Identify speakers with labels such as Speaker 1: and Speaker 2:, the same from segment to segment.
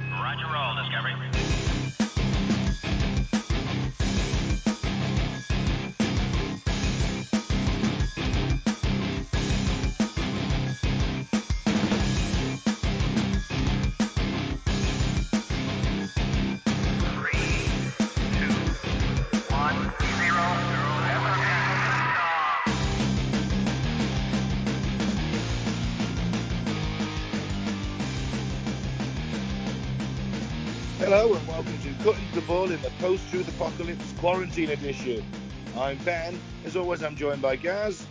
Speaker 1: and roll, Discovery.
Speaker 2: Hello and welcome to Cutting the Ball in the Post Truth Apocalypse Quarantine Edition. I'm Ben. As always, I'm joined by Gaz.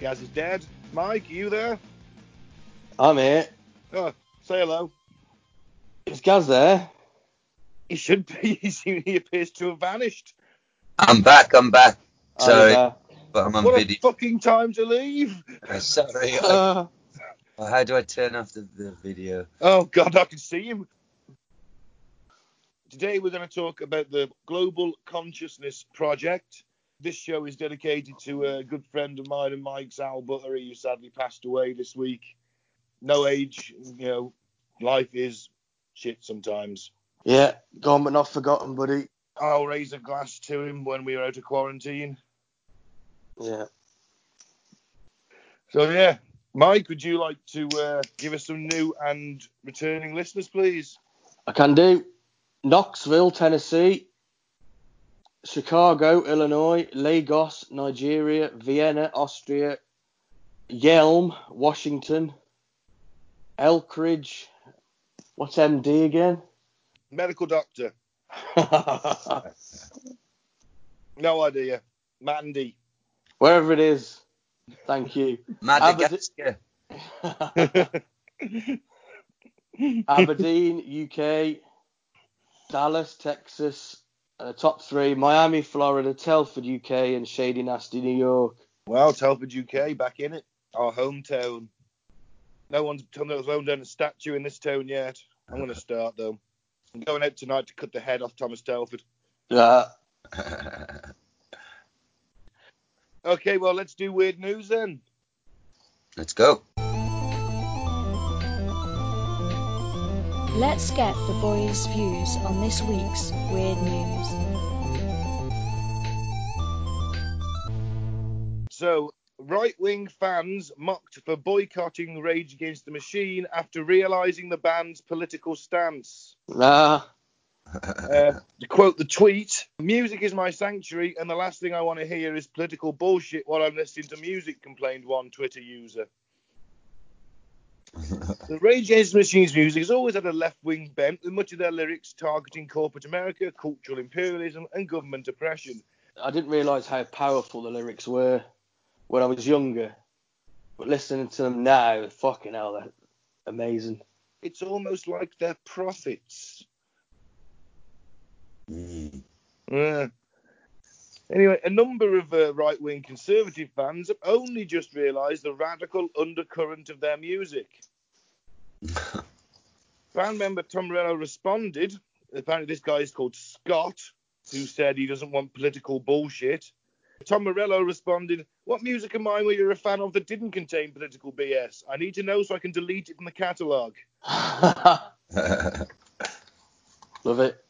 Speaker 2: Gaz is dead. Mike, you there?
Speaker 3: I'm here.
Speaker 2: Oh, say hello.
Speaker 3: Is Gaz there?
Speaker 2: He should be. he appears to have vanished.
Speaker 4: I'm back, I'm back.
Speaker 3: I'm
Speaker 4: Sorry,
Speaker 3: there.
Speaker 4: but I'm on
Speaker 2: Oh, what
Speaker 4: video.
Speaker 2: a fucking time to leave.
Speaker 4: Uh, Sorry, I-
Speaker 3: Uh,
Speaker 4: how do I turn off the, the video?
Speaker 2: Oh, God, I can see him. Today, we're going to talk about the Global Consciousness Project. This show is dedicated to a good friend of mine and Mike's, Al Buttery, who sadly passed away this week. No age, you know, life is shit sometimes.
Speaker 3: yeah, gone but not forgotten, buddy.
Speaker 2: I'll raise a glass to him when we are out of quarantine.
Speaker 3: Yeah.
Speaker 2: So, yeah, Mike, would you like to uh, give us some new and returning listeners, please?
Speaker 3: I can do. Knoxville, Tennessee. Chicago, Illinois. Lagos, Nigeria. Vienna, Austria. Yelm, Washington. Elkridge. What's MD again?
Speaker 2: Medical doctor. No idea. Mandy.
Speaker 3: Wherever it is. Thank you.
Speaker 2: Ah,
Speaker 4: Madagascar.
Speaker 3: Aberdeen, UK, Dallas, Texas, uh, top three, Miami, Florida, Telford, UK, and Shady Nasty, New York.
Speaker 2: Well, Telford UK back in it, our hometown. No one's no one's done a statue in this town yet. I'm going to start though. I'm going out tonight to cut the head off Thomas Telford.
Speaker 3: Yeah.
Speaker 2: Okay, well let's do weird news then.
Speaker 4: Let's go.
Speaker 5: Let's get the boys' views on this week's weird news.
Speaker 2: So right-wing fans mocked for boycotting Rage Against the Machine after realizing the band's political stance.
Speaker 3: Ah,
Speaker 2: Uh, to quote the tweet, music is my sanctuary, and the last thing I want to hear is political bullshit while I'm listening to music, complained one Twitter user. the Rage Against the Machine's music has always had a left wing bent, with much of their lyrics targeting corporate America, cultural imperialism, and government oppression.
Speaker 3: I didn't realise how powerful the lyrics were when I was younger, but listening to them now, fucking hell, they're amazing.
Speaker 2: It's almost like they're prophets.
Speaker 4: Mm.
Speaker 2: Yeah. Anyway, a number of uh, right wing conservative fans have only just realised the radical undercurrent of their music. Band member Tom Morello responded. Apparently, this guy is called Scott, who said he doesn't want political bullshit. Tom Morello responded, What music of mine were you a fan of that didn't contain political BS? I need to know so I can delete it from the catalogue.
Speaker 3: Love it.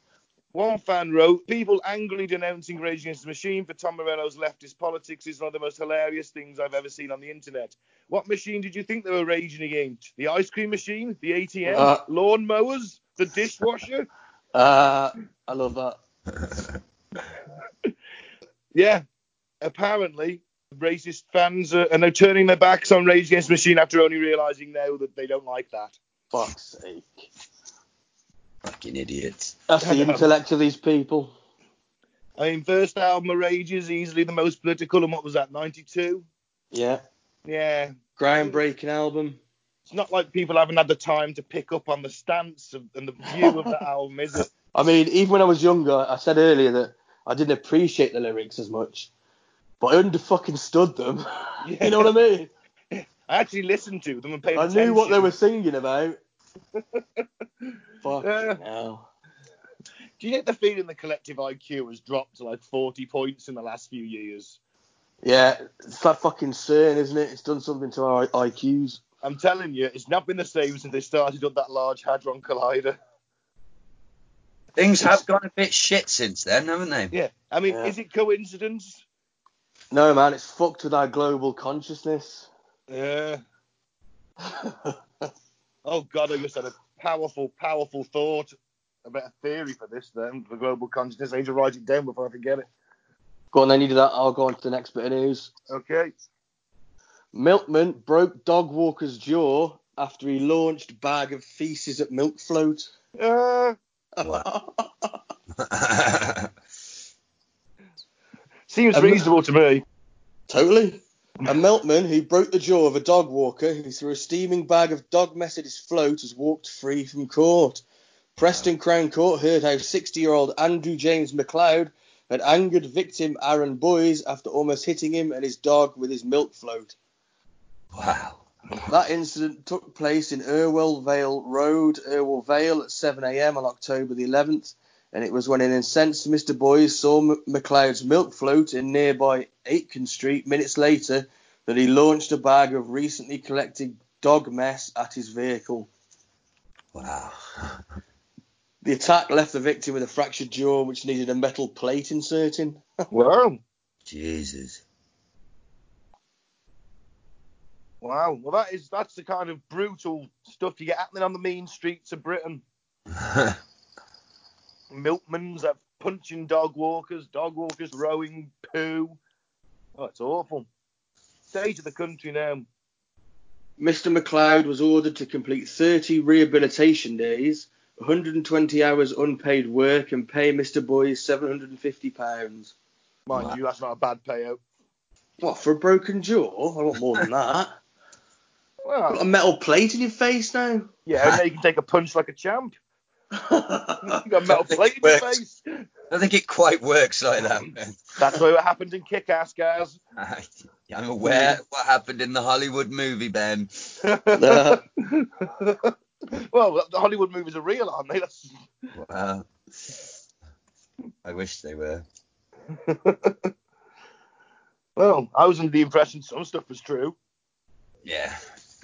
Speaker 2: One fan wrote, People angrily denouncing Rage Against the Machine for Tom Morello's leftist politics is one of the most hilarious things I've ever seen on the internet. What machine did you think they were raging against? The ice cream machine? The ATM?
Speaker 3: Uh.
Speaker 2: lawn mowers? The dishwasher?
Speaker 3: Uh, I love that.
Speaker 2: Yeah, apparently racist fans are, are now turning their backs on Rage Against the Machine after only realizing now that they don't like that.
Speaker 3: Fuck's sake.
Speaker 4: Fucking idiots.
Speaker 3: That's
Speaker 2: I
Speaker 3: the
Speaker 2: know.
Speaker 3: intellect of these people.
Speaker 2: I mean, first album of Rage is easily the most political, and what was that, 92?
Speaker 3: Yeah.
Speaker 2: Yeah,
Speaker 3: Groundbreaking album.
Speaker 2: it's not like people haven't had the time to pick up on the stance of, and the view of that album, is it?
Speaker 3: I mean, even when I was younger, I said earlier that I didn't appreciate the lyrics as much, but I under fucking stood them. you know what I mean?
Speaker 2: I actually listened to them and paid
Speaker 3: I
Speaker 2: attention.
Speaker 3: knew what they were singing about. Fuck
Speaker 2: Yeah.
Speaker 3: no.
Speaker 2: Do you get the feeling the collective IQ has dropped to like 40 points in the last few years?
Speaker 3: Yeah, it's that fucking CERN, isn't it? It's done something to our IQs.
Speaker 2: I'm telling you, it's not been the same since they started up that Large Hadron Collider.
Speaker 4: Things have gone a bit shit since then, haven't they?
Speaker 2: Yeah. I mean,
Speaker 3: Yeah.
Speaker 2: is it coincidence?
Speaker 3: No, man, it's fucked with our global consciousness.
Speaker 2: Yeah. Oh God, I just had a powerful, powerful thought about a theory for this then for global consciousness. I need to write it down before I forget it.
Speaker 3: go on, then you do that. I'll go on to the next bit of news.
Speaker 2: Okay.
Speaker 3: Milkman broke dog walker's jaw after he launched bag of feces at milk float.
Speaker 2: Uh, seems
Speaker 3: Um,
Speaker 2: reasonable to me.
Speaker 3: Totally. A milkman who broke the jaw of a dog walker who threw a steaming bag of dog mess at his float has walked free from court. Preston Crown Court heard how 60 year old Andrew James McLeod had angered victim Aaron Boys after almost hitting him and his dog with his milk float.
Speaker 4: wow.
Speaker 3: That incident took place in Irwell Vale Road, Irwell Vale, at 7am on October the 11th, and it was when an incensed Mr. Boys saw M- McLeod's milk float in nearby Aitken Street minutes later that he launched a bag of recently collected dog mess at his vehicle.
Speaker 4: Wow.
Speaker 3: The attack left the victim with a fractured jaw, which needed a metal plate inserting.
Speaker 2: Wow.
Speaker 4: Jesus.
Speaker 2: Wow. Well, that is that's the kind of brutal stuff you get happening on the mean streets of Britain. Milkmans that punching dog walkers, dog walkers rowing poo. Oh, it's awful. Stage of the country now.
Speaker 3: Mr. McLeod was ordered to complete 30 rehabilitation days, 120 hours unpaid work, and pay Mr. Boys £750.
Speaker 2: Mind
Speaker 4: Wow.
Speaker 2: you, that's not a bad payout.
Speaker 3: What, for a broken jaw? I want more than that. Got a
Speaker 2: Well,
Speaker 3: metal plate in your face now?
Speaker 2: yeah, and now you can take a punch like a champ. You got a metal
Speaker 4: Something
Speaker 2: plate in your
Speaker 4: works.
Speaker 2: face.
Speaker 4: I don't think it quite works like that. man.
Speaker 2: That's what happened in Kick Ass, guys.
Speaker 4: I- I'm aware of what happened in the Hollywood movie, Ben.
Speaker 2: well, the Hollywood movies are real, aren't they? That's...
Speaker 4: Wow. uh, I wish they were.
Speaker 2: Well, I was under the impression some stuff was true.
Speaker 4: Yeah,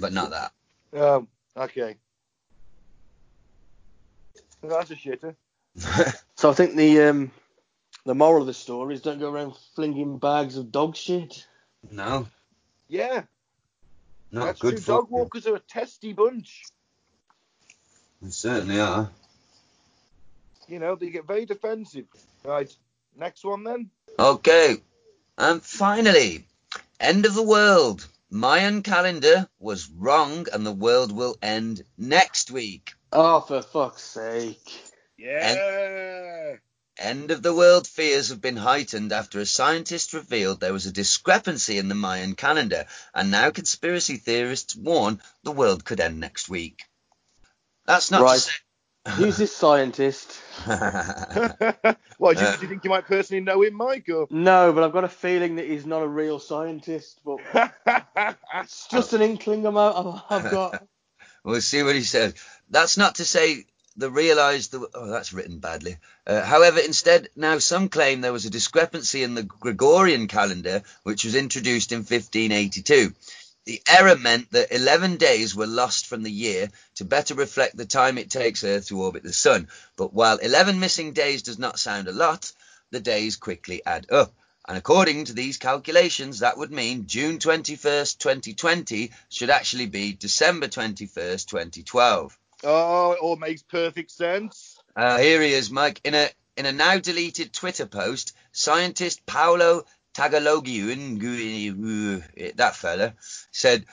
Speaker 4: but not that.
Speaker 2: Um, okay. Well, That's a shitter.
Speaker 3: so I think the um, the moral of the story is don't go around flinging bags of dog shit.
Speaker 4: no,
Speaker 2: Yeah,
Speaker 4: not
Speaker 2: that's
Speaker 4: Ah, good
Speaker 2: true.
Speaker 4: for
Speaker 2: Dog walkers are a testy bunch.
Speaker 4: They certainly are.
Speaker 2: You know, they get very defensive. Right, next one then.
Speaker 4: Okay. And finally, end of the world. Mayan calendar was wrong, and the world will end next week.
Speaker 3: Oh, for fuck's sake.
Speaker 2: Yeah.
Speaker 4: End of the world fears have been heightened after a scientist revealed there was a discrepancy in the Mayan calendar, and now conspiracy theorists warn the world could end next week. That's not
Speaker 3: Right.
Speaker 4: to
Speaker 3: Who's this scientist?
Speaker 4: say-
Speaker 2: Why do you,
Speaker 4: Uh.
Speaker 2: do you think you might personally know him, Michael?
Speaker 3: No, but I've got a feeling that he's not a real scientist, but It's just an inkling amount I've I've got.
Speaker 4: We'll see what he says. That's not to say the realised. The, oh, that's written badly. Uh, however, instead, now some claim there was a discrepancy in the Gregorian calendar, which was introduced in 1582. The error meant that 11 days were lost from the year to better reflect the time it takes Earth to orbit the Sun. But while 11 missing days does not sound a lot, the days quickly add up. And according to these calculations, that would mean June 21st, 2020 should actually be December 21st, 2012.
Speaker 2: Oh, it all makes perfect sense.
Speaker 4: Uh, here he is, Mike. In a in a now deleted Twitter post, scientist Paolo Tagalogiun, that fella, said,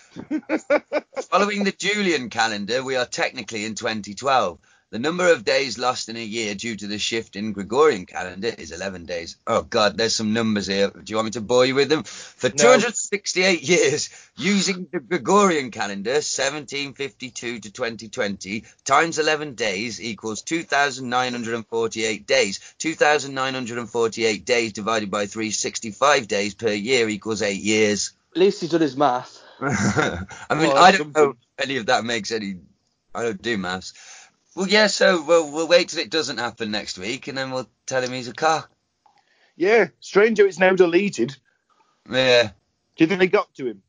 Speaker 4: following the Julian calendar, we are technically in 2012. The number of days lost in a year due to the shift in Gregorian calendar is 11 days. Oh God, there's some numbers here. Do you want me to bore you with them? For 268 years, using the Gregorian calendar, 1752 to 2020, times 11 days equals 2,948 days. 2,948 days divided by 365 days per year equals eight years.
Speaker 3: At least he's done his math.
Speaker 4: I mean,
Speaker 2: Well,
Speaker 4: I don't
Speaker 2: something-
Speaker 4: know if any of that makes any. I don't do maths. Well, yeah, so we'll, we'll wait till it doesn't happen next week and then we'll tell him he's a cock.
Speaker 2: Yeah, strange how it's now deleted.
Speaker 4: Yeah.
Speaker 2: Do you think they got to him?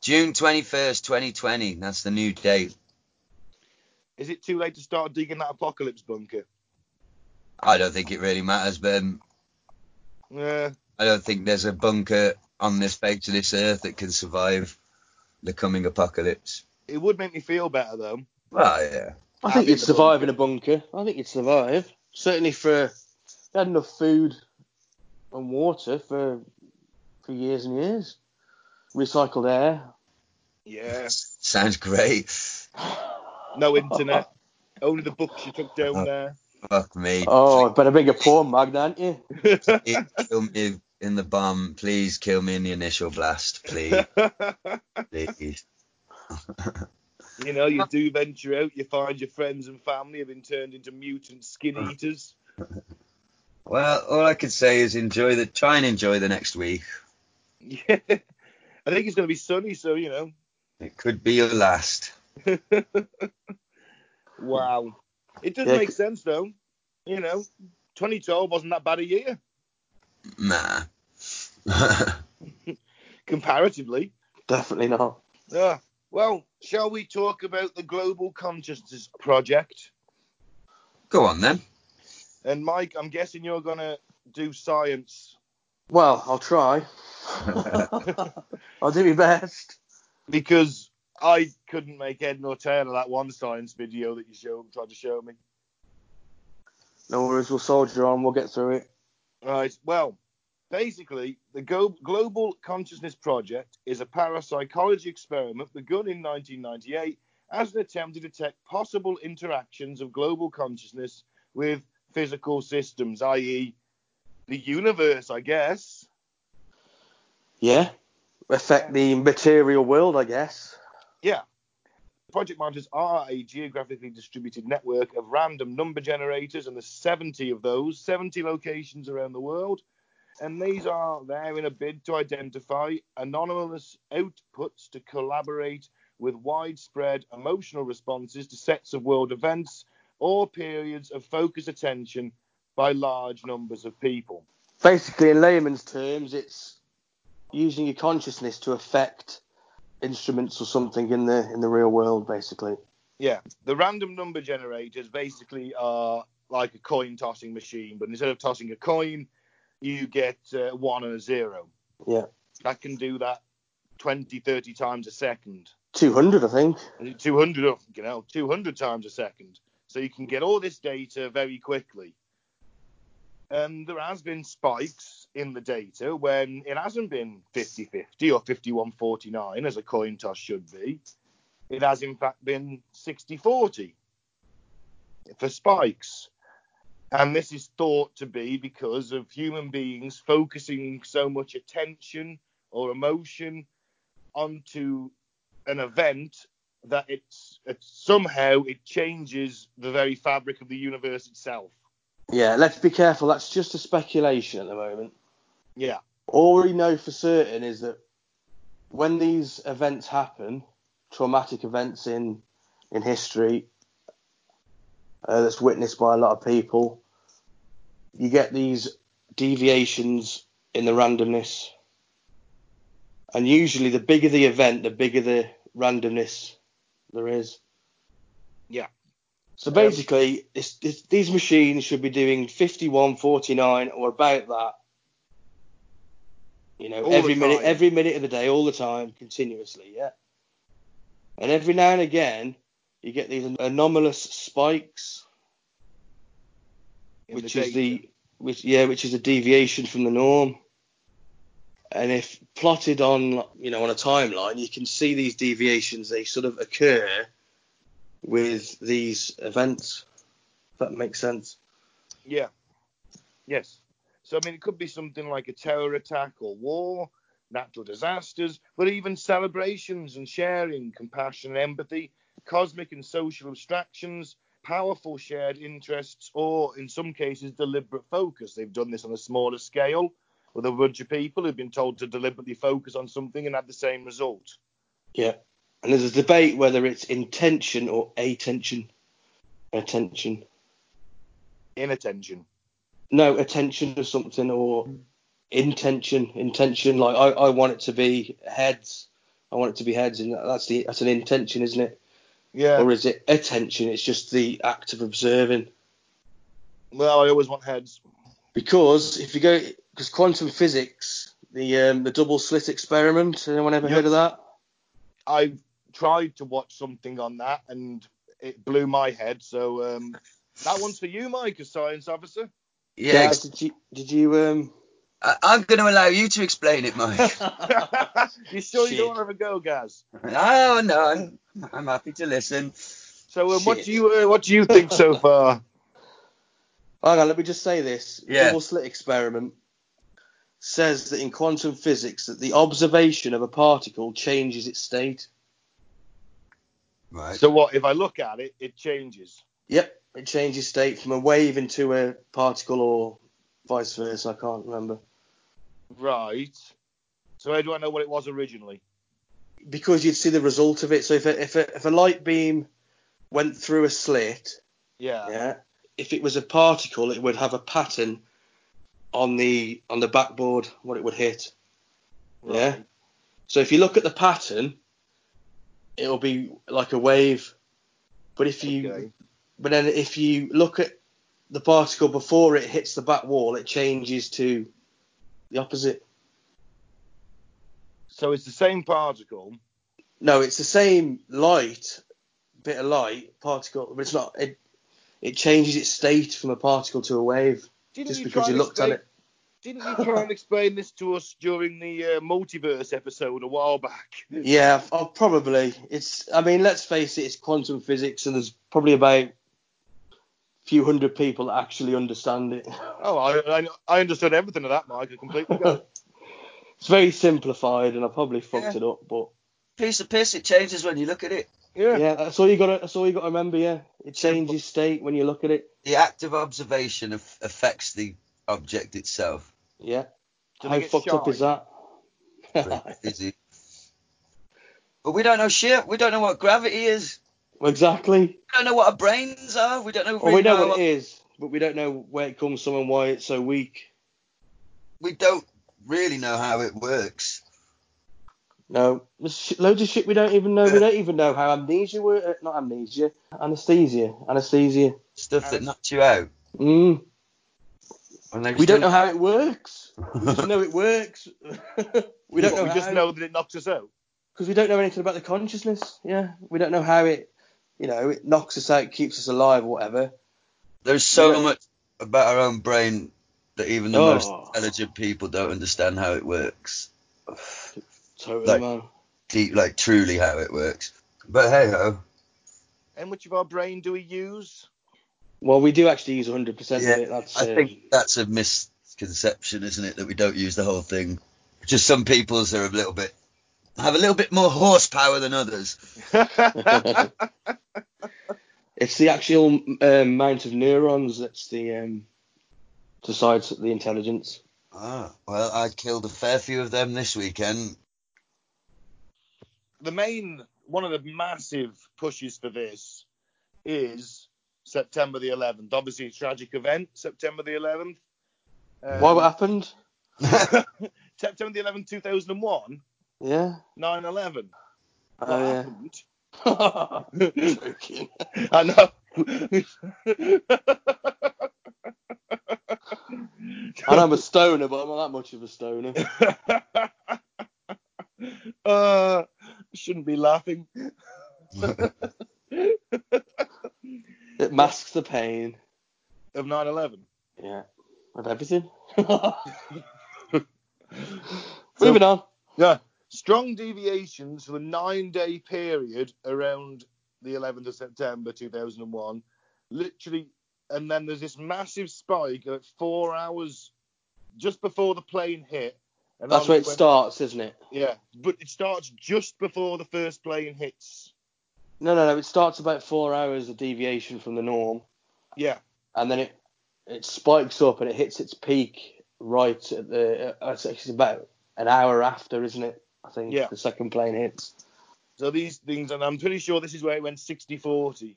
Speaker 4: June 21st, 2020. That's the new date.
Speaker 2: Is it too late to start digging that apocalypse bunker?
Speaker 4: I don't think it really matters, but um,
Speaker 2: Yeah.
Speaker 4: I don't think there's a bunker on this face of this earth that can survive the coming apocalypse.
Speaker 2: It would make me feel better though.
Speaker 4: Well, yeah.
Speaker 3: I
Speaker 2: Happy
Speaker 3: think you'd
Speaker 2: to
Speaker 3: survive in a bunker. I think you'd survive. Certainly for they had enough food and water for for years and years. Recycled air.
Speaker 2: Yeah.
Speaker 4: Sounds great.
Speaker 2: No internet. Only the books you took down there.
Speaker 4: Fuck me.
Speaker 3: Oh, better bring a porn mag, don't you?
Speaker 4: Please kill me in the bomb. Please kill me in the initial blast. Please, please.
Speaker 2: you know, you do venture out, you find your friends and family have been turned into mutant skin eaters.
Speaker 4: Well, all I could say is enjoy the try and enjoy the next week.
Speaker 2: Yeah. I think it's going to be sunny, so you know.
Speaker 4: It could be your last.
Speaker 2: Wow. It does
Speaker 3: Yeah.
Speaker 2: make sense though. You know, 2012 wasn't that bad a year
Speaker 4: Nah.
Speaker 2: comparatively.
Speaker 3: Definitely not.
Speaker 2: Yeah. Well, shall we talk about the Global Consciousness Project?
Speaker 4: Go on then.
Speaker 2: And Mike, I'm guessing you're gonna do science.
Speaker 3: Well, I'll try. I'll do my best.
Speaker 2: because I couldn't make head nor tail of that one science video that you showed, tried to show me.
Speaker 3: No worries, we'll soldier on. We'll get through it.
Speaker 2: Right. Well, basically, the Go- Global Consciousness Project is a parapsychology experiment begun in 1998 as an attempt to detect possible interactions of global consciousness with physical systems, i.e., the universe, I guess.
Speaker 3: Yeah. Affect the material world, I guess.
Speaker 2: Project Monitors are a geographically distributed network of random number generators, and there's 70 of those, 70 locations around the world. And these are there in a bid to identify anonymous outputs to collaborate with widespread emotional responses to sets of world events or periods of focused attention by large numbers of people.
Speaker 3: basically in layman's terms it's using your consciousness to affect instruments or something in the in the real world basically
Speaker 2: Yeah, the random number generators basically are like a coin tossing machine, but instead of tossing a coin, you get uh, one and a zero.
Speaker 3: Yeah.
Speaker 2: That can do that 20, 30 times a second.
Speaker 3: 200 i think
Speaker 2: And it- 200, oh, you know, 200 times a second. So you can get all this data very quickly. And there has been spikes in the data when it hasn't been 50-50 or 51-49 as a coin toss should be. It has in fact been 60-40 for spikes. And this is thought to be because of human beings focusing so much attention or emotion onto an event that it's, it's somehow it changes the very fabric of the universe itself.
Speaker 3: yeah let's be careful that's just a speculation at the moment
Speaker 2: Yeah,
Speaker 3: all we know for certain is that when these events happen traumatic events in in history uh, that's witnessed by a lot of people you get these deviations in the randomness and usually the bigger the event the bigger the randomness there is
Speaker 2: Yeah.
Speaker 3: so basically it's, it's, these machines should be doing 51 49 or about that you know
Speaker 2: All the
Speaker 3: every minute
Speaker 2: time.
Speaker 3: every minute of the day all the time continuously yeah and every now and again you get these anomalous spikes
Speaker 2: in
Speaker 3: which
Speaker 2: the
Speaker 3: is the
Speaker 2: data.
Speaker 3: which yeah, which is a deviation from the norm. And if plotted on you know on a timeline, you can see these deviations. They sort of occur with these events. If that makes sense.
Speaker 2: yeah, yes. So I mean, it could be something like a terror attack or war, natural disasters, but even celebrations and sharing, compassion and empathy, cosmic and social abstractions, powerful shared interests, or in some cases deliberate focus. They've done this on a smaller scale with a bunch of people who've been told to deliberately focus on something and had the same result.
Speaker 3: Yeah. And there's a debate whether it's intention or attention. Attention.
Speaker 2: Inattention.
Speaker 3: No, attention or something or intention. Intention. Like I, I want it to be heads. I want it to be heads, and that's the that's an intention, isn't it?
Speaker 2: Yeah.
Speaker 3: Or is it attention? It's just the act of observing.
Speaker 2: Well, I always want heads.
Speaker 3: Because if you go, because quantum physics, the um, the double slit experiment. Anyone ever
Speaker 2: Yep.
Speaker 3: heard of that?
Speaker 2: I've tried to watch something on that and it blew my head. So um, that one's for you, Mike, as science officer.
Speaker 4: Yeah,
Speaker 3: Gaz, did you did you um?
Speaker 4: I, I'm going to allow you to explain it, Mike.
Speaker 2: you sure you
Speaker 3: Shit.
Speaker 2: don't want to have a go, Gaz?
Speaker 4: oh no, I'm, I'm happy to listen.
Speaker 2: So um, what
Speaker 3: Shit.
Speaker 2: do you uh, what do you think so far?
Speaker 3: Hang on, let me just say this.
Speaker 4: Yeah.
Speaker 3: Double slit experiment says that in quantum physics that the observation of a particle changes its state.
Speaker 4: Right.
Speaker 2: So what if I look at it, it changes.
Speaker 3: Yep, it changes state from a wave into a particle or vice versa. I can't remember.
Speaker 2: Right. So how do I know what it was originally?
Speaker 3: Because you'd see the result of it. So if a, if a, if a light beam went through a slit,
Speaker 2: Yeah.
Speaker 3: yeah, if it was a particle, it would have a pattern on the on the backboard what it would hit.
Speaker 2: Right.
Speaker 3: Yeah. So if you look at the pattern, it'll be like a wave. But if you
Speaker 2: Okay.
Speaker 3: but then if you look at the particle before it hits the back wall, it changes to the opposite.
Speaker 2: So it's the same particle.
Speaker 3: No, it's the same light, bit of light particle, but it's not. It, it changes its state from a particle to a wave
Speaker 2: Didn't
Speaker 3: just
Speaker 2: you
Speaker 3: because
Speaker 2: try and
Speaker 3: you looked at
Speaker 2: explain-
Speaker 3: it.
Speaker 2: Didn't you try and explain this to us during the uh, multiverse episode a while back?
Speaker 3: Yeah, f- oh, probably. It's. I mean, let's face it, it's quantum physics, and there's probably about a few hundred people that actually understand it.
Speaker 2: Oh, I, I, I understood everything of that, Mike. I completely got it.
Speaker 3: it's very simplified, and I probably fucked
Speaker 4: Yeah.
Speaker 3: it up, but
Speaker 4: Piece of piss. It changes when you look at it.
Speaker 2: Yeah.
Speaker 3: yeah, that's all you got. That's all you got to remember. Yeah, it changes state when you look at it.
Speaker 4: The act of observation aff- affects the object itself.
Speaker 3: Yeah.
Speaker 2: Do they
Speaker 3: How
Speaker 2: get
Speaker 3: fucked up
Speaker 2: shy?
Speaker 3: is that?
Speaker 4: Is it? But we don't know shit. We don't know what gravity is.
Speaker 3: exactly.
Speaker 4: We don't know what our brains are. We don't know.
Speaker 3: Well, we
Speaker 4: really
Speaker 3: know what it is, but we don't know where it comes from and why it's so weak.
Speaker 4: We don't really know how it works.
Speaker 3: No, there's sh- loads of shit we don't even know. We don't even know how amnesia works. Not amnesia, anesthesia, anesthesia.
Speaker 4: Stuff that
Speaker 2: And-
Speaker 4: knocks you out.
Speaker 3: Mm.
Speaker 4: And they
Speaker 3: We don't
Speaker 4: still-
Speaker 3: know how it works. We know it works. we don't
Speaker 2: What,
Speaker 3: know
Speaker 2: we just know that it knocks us out.
Speaker 3: because we don't know anything about the consciousness. Yeah, we don't know how it, you know, it knocks us out, keeps us alive, whatever.
Speaker 4: There's so
Speaker 3: Yeah.
Speaker 4: much about our own brain that even the most
Speaker 3: Oh.
Speaker 4: intelligent people don't understand how it works.
Speaker 3: Totally,
Speaker 4: Like-
Speaker 3: man.
Speaker 4: Deep, like truly how it works. But hey ho,
Speaker 2: How much of our brain do we use?
Speaker 3: Well, we do actually use 100%
Speaker 4: Yeah,
Speaker 3: of it. That's
Speaker 4: I
Speaker 3: uh,
Speaker 4: think that's a misconception, isn't it? That we don't use the whole thing. Just some people's are a little bit have a little bit more horsepower than others.
Speaker 3: it's the actual um, amount of neurons that's the um, decides the intelligence.
Speaker 4: Ah, well, I killed a fair few of them this weekend.
Speaker 2: the main one of the massive pushes for this is September the 11th. Obviously, a tragic event, September the 11th. Um,
Speaker 3: Uh, Why? What happened?
Speaker 2: September the 11th, 2001,
Speaker 3: Yeah.
Speaker 2: 9 11. What
Speaker 3: Oh, yeah.
Speaker 2: happened?
Speaker 3: Joking.
Speaker 2: I know.
Speaker 3: and I'm a stoner, but I'm not that much of a stoner.
Speaker 2: uh, shouldn't be laughing.
Speaker 3: It masks the pain.
Speaker 2: Of 9 11.
Speaker 3: Yeah. Of everything. Moving on.
Speaker 2: Yeah. Strong deviations for the nine day period around the 11th of September 2001. Literally, and then there's this massive spike at four hours just before the plane hit. And
Speaker 3: That's
Speaker 2: I
Speaker 3: where it
Speaker 2: went-
Speaker 3: starts, isn't it?
Speaker 2: Yeah, but it starts just before the first plane hits.
Speaker 3: No, no, no. It starts about four hours of deviation from the norm,
Speaker 2: Yeah,
Speaker 3: and then it it spikes up and it hits its peak right at the. Uh, it's actually about an hour after, isn't it? I think
Speaker 2: Yeah.
Speaker 3: the second plane hits.
Speaker 2: so these things, and I'm pretty sure this is where it went 60 40.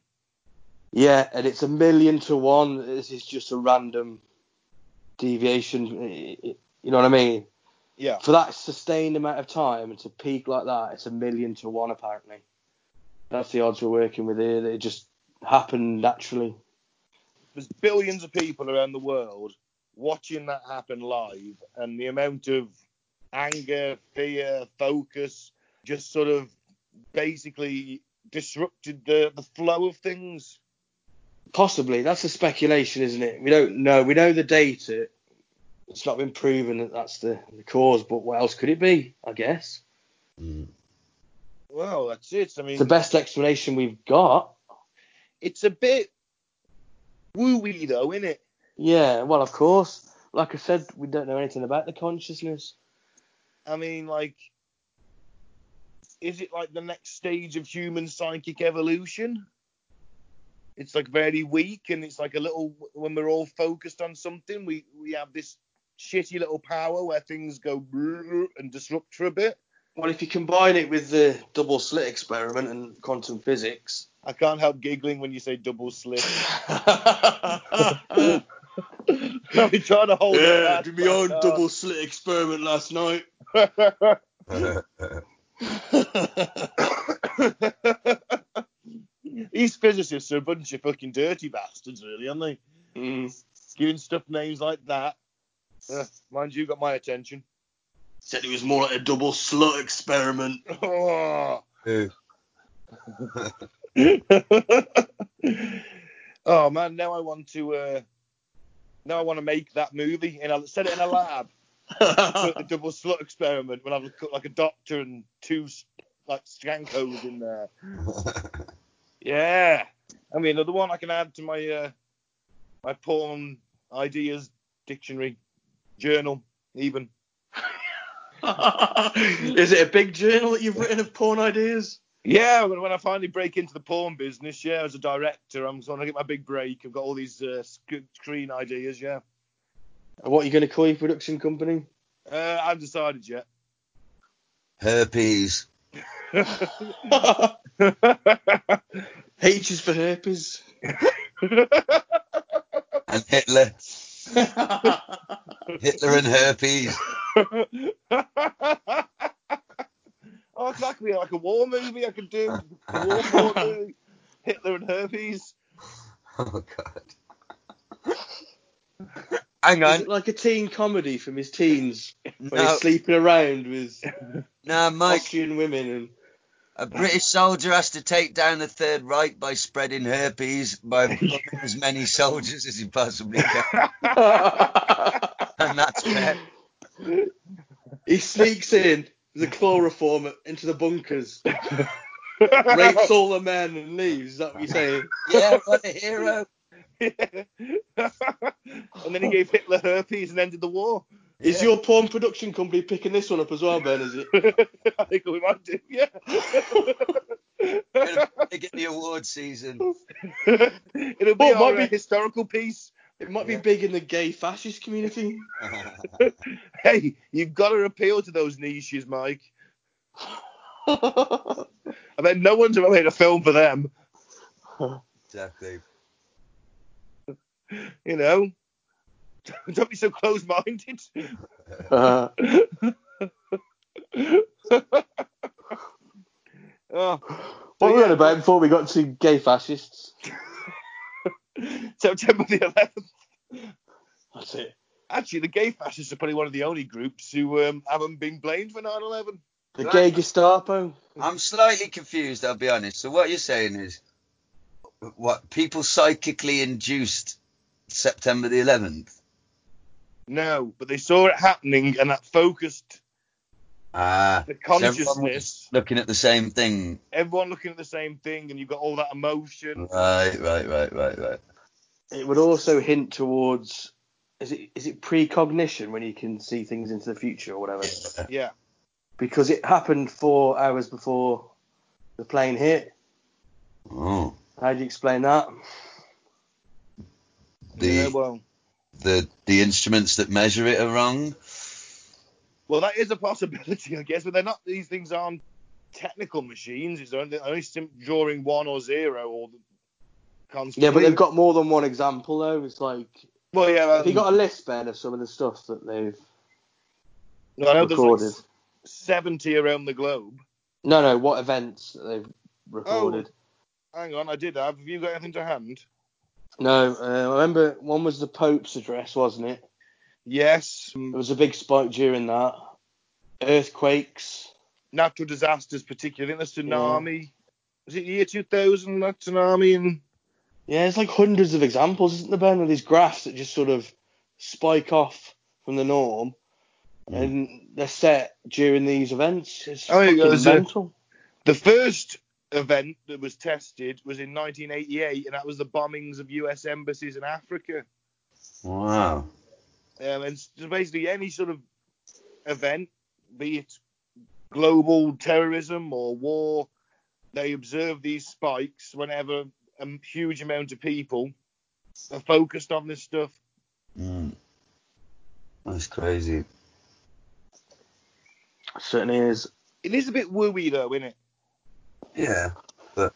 Speaker 3: Yeah, and it's a million to one. that This is just a random deviation. i- i- You know what I mean?
Speaker 2: Yeah.
Speaker 3: For that sustained amount of time and to peak like that, it's a million to one apparently. That's the odds we're working with here. That it just happened naturally.
Speaker 2: There's billions of people around the world watching that happen live, and the amount of anger, fear, focus just sort of basically disrupted the, the flow of things.
Speaker 3: Possibly. That's a speculation, isn't it? We don't know. We know the data. It's not been proven that that's the, the cause, but what else could it be? I guess. Mm.
Speaker 2: Well, that's it. I mean,
Speaker 3: It's the best explanation we've got.
Speaker 2: it's a bit woo-wee though, isn't it?
Speaker 3: Yeah, well, of course. Like I said, we don't know anything about the consciousness.
Speaker 2: I mean, like, is it like the next stage of human psychic evolution? It's like very weak, and it's like a little when we're all focused on something, we we have this shitty little power where things go and disrupt for a bit.
Speaker 3: Well, if you combine it with the double slit experiment and quantum physics.
Speaker 2: I can't help giggling when you say double slip.
Speaker 3: yeah,
Speaker 2: I'll be trying to hold it back,
Speaker 3: did my own
Speaker 2: but, uh,
Speaker 3: double slit experiment last night.
Speaker 2: uh, These physicists are a bunch of fucking dirty bastards, really, aren't they?
Speaker 3: Mm.
Speaker 2: Giving stuff names like that. Uh, mind you, got my attention.
Speaker 3: Said it was more like a double slut experiment.
Speaker 2: Oh.
Speaker 4: Yeah.
Speaker 2: Oh, man, now I want to. Uh, now I want to make that movie, and I'll set it in a lab. Put the double slut experiment when I look like a doctor and two s- like scankos in there. Yeah. I mean, another one I can add to my uh, my porn ideas dictionary, journal, even.
Speaker 3: Is it a big journal that you've written of porn ideas?
Speaker 2: Yeah, when, when I finally break into the porn business, yeah, as a director, I'm going to get my big break. I've got all these uh, sc- screen ideas, yeah.
Speaker 3: And what are you going to call your production company?
Speaker 2: Uh, I've decided yet.
Speaker 4: Herpes.
Speaker 2: Oh,
Speaker 3: H is for herpes.
Speaker 4: And Hitler. Hitler and herpes.
Speaker 2: oh, that could be like a war movie I could do. A war porn movie. Hitler and herpes.
Speaker 4: Oh, God. Hang
Speaker 3: Is
Speaker 4: on.
Speaker 3: it like a teen comedy from his teens where
Speaker 4: No.
Speaker 3: he's sleeping around with
Speaker 4: Nah, Mike.
Speaker 3: Austrian women and
Speaker 4: A British soldier has to take down the Third Reich by spreading herpes by bombing as many soldiers as he possibly can. and that's fair.
Speaker 3: he sneaks in as a chloroform into the bunkers, rapes all the men and leaves. Is that what you're saying?
Speaker 4: Yeah, what a hero.
Speaker 2: and then he gave Hitler herpes and ended the war.
Speaker 3: Is your porn production company picking this one up as well, Ben? Is it?
Speaker 2: I think we might do, yeah.
Speaker 4: Gonna Get the award season.
Speaker 2: It'll be,
Speaker 3: Oh, it
Speaker 2: our,
Speaker 3: might
Speaker 2: uh,
Speaker 3: be-
Speaker 2: historical piece.
Speaker 3: It might be big in the gay fascist community.
Speaker 2: Hey, you've got to appeal to those niches, Mike.
Speaker 3: Uh-huh.
Speaker 2: I bet no one's ever made a film for them.
Speaker 4: exactly.
Speaker 2: You know, don't be so close-minded.
Speaker 3: Uh,
Speaker 2: Oh,
Speaker 3: what were we on about before we got to gay fascists?
Speaker 2: September the 11th.
Speaker 3: That's it.
Speaker 2: Actually, the gay fascists are probably one of the only groups who um, haven't been blamed for 9/11.
Speaker 3: The gay Gestapo.
Speaker 4: I'm slightly confused, I'll be honest. So what you're saying is what people psychically induced September the 11th.
Speaker 2: No, but they saw it happening, and that focused
Speaker 4: Ah.
Speaker 2: the
Speaker 4: so everyone was
Speaker 2: consciousness.
Speaker 4: Looking at the same thing.
Speaker 2: Everyone looking at the same thing, and you've got all that
Speaker 4: Mm.
Speaker 2: emotion.
Speaker 4: Right, right, right, right, right.
Speaker 3: It would also hint towards is it is it precognition when you can see things into the future or whatever?
Speaker 2: Yeah.
Speaker 3: Because it happened four hours before the plane hit.
Speaker 4: Oh.
Speaker 3: How do you explain that?
Speaker 4: The
Speaker 2: yeah well,
Speaker 4: the the instruments that measure it are wrong.
Speaker 2: well, that is a possibility, I guess, but they're not. These things aren't technical machines. It's only, only sim- drawing one or zero or the constantly.
Speaker 3: Yeah, but they've got more than one example though. It's like
Speaker 2: Well, yeah.
Speaker 3: have you
Speaker 2: um,
Speaker 3: got a list Ben of some of the stuff that they've
Speaker 2: No, I know there's like
Speaker 3: recorded.
Speaker 2: 70 around the globe.
Speaker 3: No, no, what events that they've recorded.
Speaker 2: Hang on, I did have. Have you got anything to hand?
Speaker 3: No, uh, I remember one was the Pope's address, wasn't it?
Speaker 2: Yes. um,
Speaker 3: There was a big spike during that. Earthquakes.
Speaker 2: Natural disasters, particularly. I think the tsunami. Was it year 2000, that tsunami? And
Speaker 3: Yeah, it's like hundreds of examples, isn't there, Ben, of these graphs that just sort of spike off from the norm Mm. and they're set during these events. It's
Speaker 2: Oh, there you
Speaker 3: fucking
Speaker 2: go, there's a-
Speaker 3: mental.
Speaker 2: the first event that was tested was in 1988, and that was the bombings of US embassies in Africa.
Speaker 4: Wow.
Speaker 2: Um, and so basically, any sort of event, be it global terrorism or war, they observe these spikes whenever a huge amount of people are focused on this stuff.
Speaker 4: Mm. That's crazy.
Speaker 3: certainly is.
Speaker 2: It is a bit wooey, though, isn't it?
Speaker 4: Yeah, but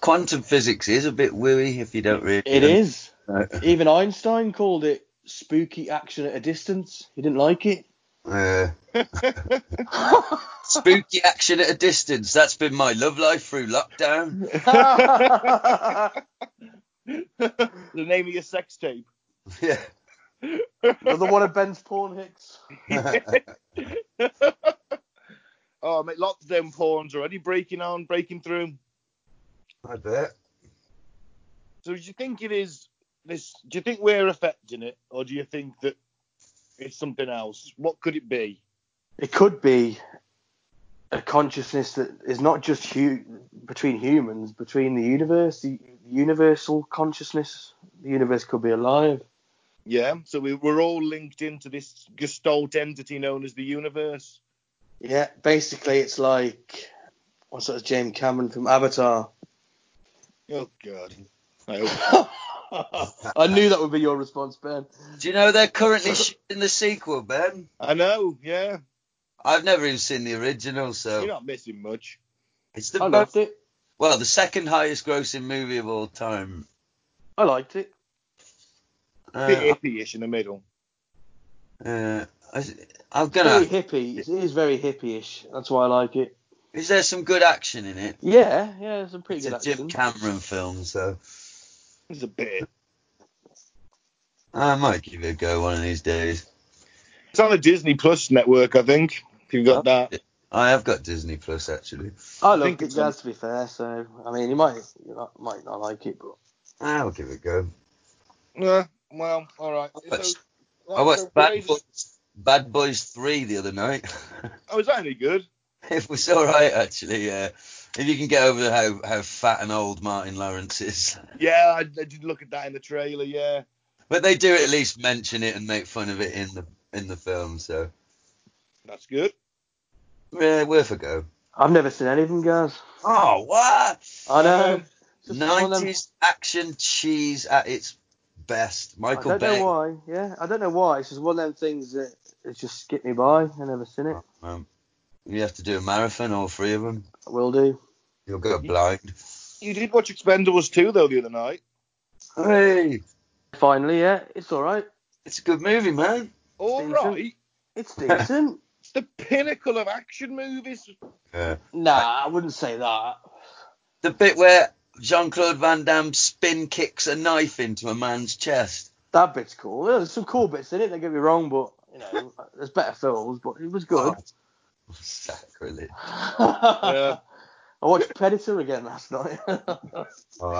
Speaker 4: quantum physics is a bit wooey if you don't really.
Speaker 3: It is.
Speaker 4: Uh,
Speaker 3: Even Einstein called it spooky action at a distance. He didn't like it.
Speaker 4: uh, spooky action at a distance. That's been my love life through lockdown.
Speaker 2: The name of your sex tape.
Speaker 4: Yeah.
Speaker 3: Another one of Ben's porn hicks.
Speaker 2: Oh, mate, lots of them pawns already breaking on, breaking through.
Speaker 4: I bet.
Speaker 2: So do you think it is this? Do you think we're affecting it, or do you think that it's something else? What could it be?
Speaker 3: It could be a consciousness that is not just hu- between humans, between the universe, the universal consciousness. The universe could be alive.
Speaker 2: Yeah, so we, we're all linked into this gestalt entity known as the universe.
Speaker 3: Yeah, basically, it's like what's that? James Cameron from Avatar.
Speaker 2: Oh God. I hope-
Speaker 3: I knew that would be your response, Ben.
Speaker 4: Do you know they're currently shooting the sequel, Ben?
Speaker 2: I know, yeah.
Speaker 4: I've never even seen the original,
Speaker 2: You're
Speaker 4: so
Speaker 2: not missing much.
Speaker 4: it's the
Speaker 3: I loved it.
Speaker 4: well, the second highest grossing movie of all time.
Speaker 3: I liked it.
Speaker 4: Uh,
Speaker 2: Bit ish in the middle.
Speaker 4: uh, I, I'm
Speaker 3: Very
Speaker 4: gonna.
Speaker 3: hippie. It is very hippie-ish. That's why I like it.
Speaker 4: Is there some good action in it?
Speaker 3: Yeah, yeah, it's a pretty
Speaker 4: It's
Speaker 3: good
Speaker 4: a
Speaker 3: action.
Speaker 4: Jim Cameron film, so
Speaker 2: It's a bit.
Speaker 4: I might give it a go one of these days.
Speaker 2: It's on the Disney Plus network, I think. If you've
Speaker 4: Oh.
Speaker 2: got that.
Speaker 4: I have got Disney Plus
Speaker 3: I
Speaker 4: actually.
Speaker 2: think
Speaker 3: loved it,
Speaker 2: it's on-
Speaker 3: Jazz, to be fair. So, I mean, you might you not- might not like it, but
Speaker 4: I'll give it a go.
Speaker 2: Yeah. Well, all right.
Speaker 4: I watched,
Speaker 2: So,
Speaker 4: I watched Bad
Speaker 2: that's-
Speaker 4: Boys, Bad Boys 3 the other night.
Speaker 2: Oh, is that any good?
Speaker 4: it was all right actually. Yeah, if you can get over how how fat and old Martin Lawrence is,
Speaker 2: Yeah, I, I did look at that in the trailer. Yeah.
Speaker 4: but they do at least mention it and make fun of it in the in the film. So
Speaker 2: That's good.
Speaker 4: yeah, worth a go.
Speaker 3: I've never seen any of them, guys.
Speaker 4: Oh what?
Speaker 3: I know.
Speaker 2: Um,
Speaker 3: Just one of them-
Speaker 4: 90s action cheese at its best.
Speaker 3: I
Speaker 4: Michael
Speaker 3: don't
Speaker 4: Bay.
Speaker 3: know why. Yeah, I don't know why. It's just one of them things that it just skipped me by. I never seen it.
Speaker 4: Um, you have to do a marathon, all three of them.
Speaker 3: I will do.
Speaker 4: You'll go blind.
Speaker 2: You did watch Expendables 2 though the other night.
Speaker 4: Hey,
Speaker 3: Finally, yeah, it's all right.
Speaker 4: it's a good movie, man.
Speaker 2: All
Speaker 3: Decent.
Speaker 2: right.
Speaker 3: It's decent.
Speaker 2: It's the pinnacle of action movies.
Speaker 4: Yeah.
Speaker 3: nah, I wouldn't say that.
Speaker 4: The bit where Jean Claude Van Damme spin kicks a knife into a man's chest.
Speaker 3: That bit's cool. Yeah, There's some cool bits in it. Don't get me wrong, but you know, there's better films. But it was good.
Speaker 2: Yeah.
Speaker 4: Sacrilege.
Speaker 3: I watched Predator again last night.
Speaker 4: Oh,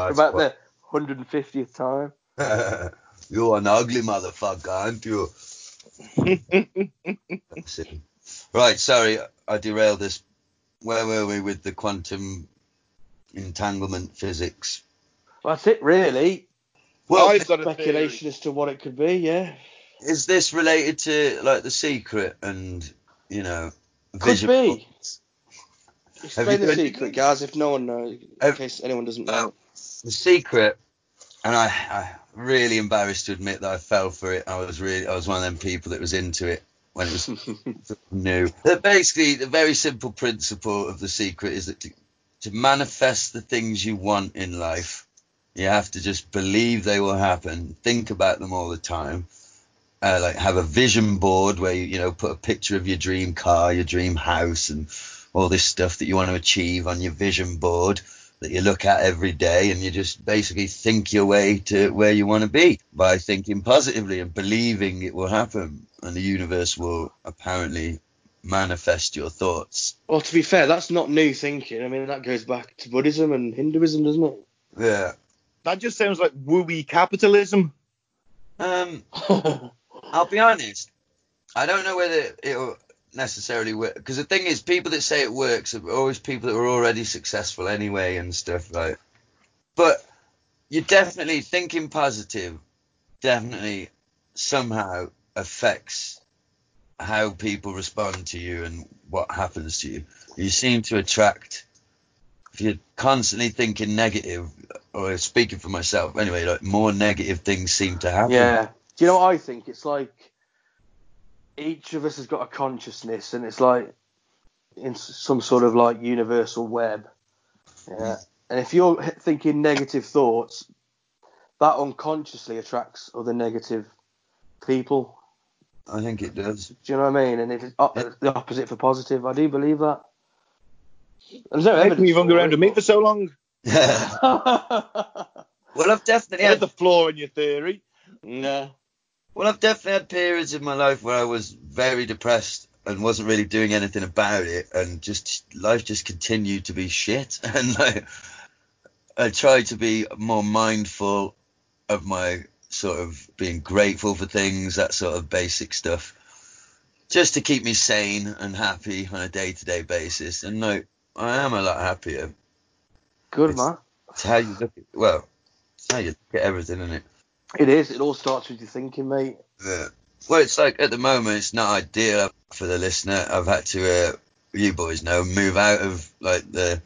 Speaker 3: About the 150th time.
Speaker 4: the... You're an ugly motherfucker, aren't you? That's it. right, sorry, I derailed this. Where were we with the quantum entanglement physics?
Speaker 3: Well, that's it, really.
Speaker 4: Well,
Speaker 2: I've got a
Speaker 3: Speculation
Speaker 2: theory.
Speaker 3: as to what it could be, yeah.
Speaker 4: is this related to like the secret and you know
Speaker 3: Could
Speaker 4: visual-
Speaker 3: be. Explain the
Speaker 4: you done-
Speaker 3: secret, guys, if no one knows, in
Speaker 4: Have-
Speaker 3: case anyone doesn't know.
Speaker 4: the secret and I, I really embarrassed to admit that I fell for it I was really I was one of them people that was into it when it was new but basically the very simple principle of the secret is that to, to manifest the things you want in life you have to just believe they will happen think about them all the time uh, like have a vision board where you you know put a picture of your dream car, your dream house, and all this stuff that you want to achieve on your vision board that you look at every day, and you just basically think your way to where you want to be by thinking positively and believing it will happen, and the universe will apparently manifest your thoughts.
Speaker 3: Well, to be fair, that's not new thinking. I mean, that goes back to Buddhism and Hinduism, doesn't it?
Speaker 4: Yeah.
Speaker 2: That just sounds like wooey capitalism.
Speaker 4: Um, I'll be honest. I don't know whether it'll necessarily work because the thing is, people that say it works are always people that are already successful anyway and stuff like. But you're definitely thinking positive. Definitely, somehow affects how people respond to you and what happens to you. You seem to attract. If you're constantly thinking negative, or speaking for myself anyway, like more negative things seem to happen.
Speaker 3: Yeah. Do you know what I think? It's like each of us has got a consciousness, and it's like in s- some sort of like universal web. Yeah. And if you're h- thinking negative thoughts, that unconsciously attracts other negative people.
Speaker 4: I think it does.
Speaker 3: Do you know what I mean? And if it's o-
Speaker 4: Yeah.
Speaker 3: the opposite for positive, I do believe that. There's no
Speaker 2: Maybe
Speaker 3: evidence.
Speaker 2: you've hung
Speaker 3: for
Speaker 2: around
Speaker 3: it,
Speaker 2: with me for so long.
Speaker 4: well,
Speaker 3: but-
Speaker 4: I've definitely
Speaker 2: There's
Speaker 4: had
Speaker 2: the flaw in your theory.
Speaker 3: yeah.
Speaker 4: Well, I've definitely had periods in my life where I was very depressed and wasn't really doing anything about it, and just life just continued to be shit. And like, I tried to be more mindful of my sort of being grateful for things, that sort of basic stuff, just to keep me sane and happy on a day-to-day basis. And no, I am a lot happier.
Speaker 3: Good
Speaker 4: It's-
Speaker 3: man.
Speaker 4: It's how you look at well, it's how you look at everything, isn't it?
Speaker 3: It is. It all starts with your thinking, mate.
Speaker 4: Yeah. Well, it's like at the moment it's not ideal for the listener. I've had to, uh, you boys know, move out of like the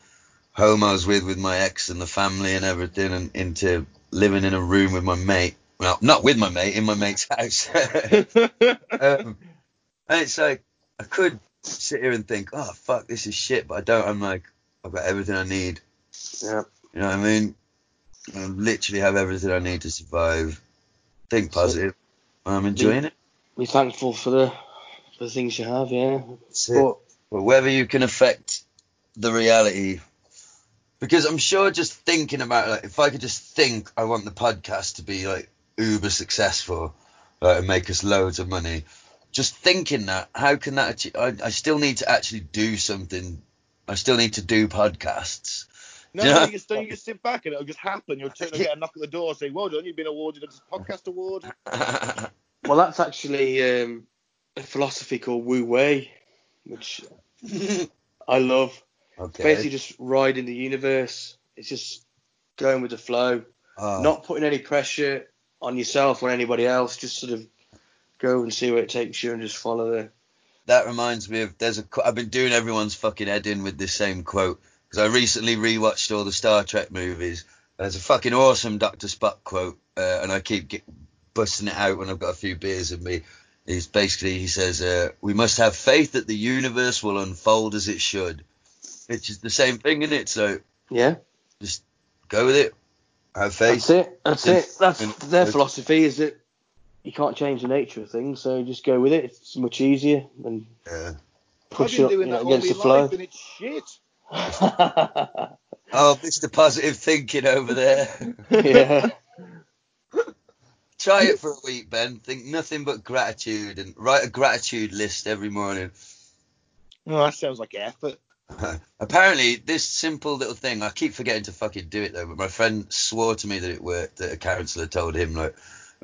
Speaker 4: home I was with with my ex and the family and everything, and into living in a room with my mate. Well, not with my mate, in my mate's house. um, and it's like I could sit here and think, oh fuck, this is shit, but I don't. I'm like, I've got everything I need.
Speaker 3: Yeah.
Speaker 4: You know what I mean? I literally have everything I need to survive. Think
Speaker 3: So-
Speaker 4: positive. I'm enjoying it.
Speaker 3: Be thankful for the for the things you have. Yeah.
Speaker 4: That's it.
Speaker 3: But
Speaker 4: but whether you can affect the reality because i'm sure just thinking about like if i could just think i want the podcast to be like uber successful like, and make us loads of money just thinking that how can that achieve, I, I still need to actually do something i still need to do podcasts
Speaker 2: No,
Speaker 4: Yeah.
Speaker 2: you, just, you just sit back and it'll just happen. You'll turn and get a knock at the door saying, Well done, you've been awarded a podcast award.
Speaker 3: well, that's actually um, a philosophy called Wu Wei, which I love. Basically,
Speaker 4: okay
Speaker 3: just riding the universe. It's just going with the flow,
Speaker 4: Oh,
Speaker 3: not putting any pressure on yourself or anybody else. Just sort of go and see where it takes you and just follow the.
Speaker 4: that reminds me of there's a qu- i've been doing everyone's fucking head in with this same quote because i recently rewatched all the star trek movies There's a fucking awesome Dr. Spock quote, uh, and I keep get, busting it out when I've got a few beers in me. He's basically he says, uh, "We must have faith that the universe will unfold as it should," which is the same thing, isn't it? So
Speaker 3: Yeah.
Speaker 4: go with it, have faith.
Speaker 3: That's it. That's
Speaker 4: and-
Speaker 3: it. That's
Speaker 4: and-
Speaker 3: their philosophy is that you can't change the nature of things, so just go with it. It's much easier than
Speaker 4: Yeah.
Speaker 3: push
Speaker 2: I've
Speaker 3: up
Speaker 2: been
Speaker 3: you
Speaker 2: doing
Speaker 3: know,
Speaker 2: that all
Speaker 3: against
Speaker 2: my
Speaker 3: the
Speaker 2: life
Speaker 3: flow.
Speaker 2: and it's shit.
Speaker 4: Oh, Mr. Positive Thinking over there.
Speaker 3: yeah.
Speaker 4: Try it for a week, Ben. Think nothing but gratitude and write a gratitude list every morning.
Speaker 2: Oh, that sounds like effort.
Speaker 4: Apparently, this simple little thing, I keep forgetting to fucking do it though, but my friend swore to me that it worked, that a counsellor told him, like,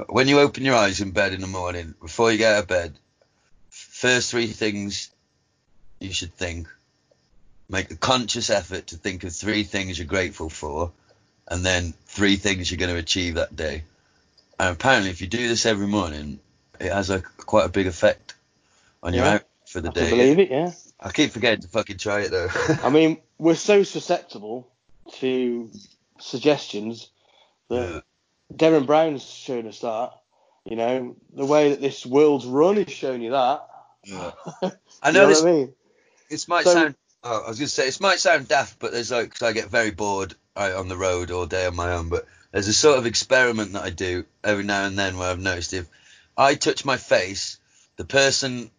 Speaker 4: when you open your eyes in bed in the morning, before you get out of bed, first three things you should think. Make a conscious effort to think of three things you're grateful for, and then three things you're going to achieve that day. And apparently, if you do this every morning, it has like quite a big effect on your
Speaker 3: Yeah.
Speaker 4: outlook for the
Speaker 3: I
Speaker 4: day.
Speaker 3: can believe it, yeah.
Speaker 4: I keep forgetting to fucking try it though.
Speaker 3: I mean, we're so susceptible to suggestions
Speaker 4: Yeah.
Speaker 3: that Darren Brown's shown us that. You know, the way that this world's run is showing you that.
Speaker 4: Yeah.
Speaker 3: You
Speaker 4: I know this.
Speaker 3: what I mean?
Speaker 4: This might
Speaker 3: So-
Speaker 4: sound. Oh, I was gonna say this might sound daft, but there's like 'cause I get very bored out on the road all day on my own. But there's a sort of experiment that I do every now and then where I've noticed if I touch my face, the person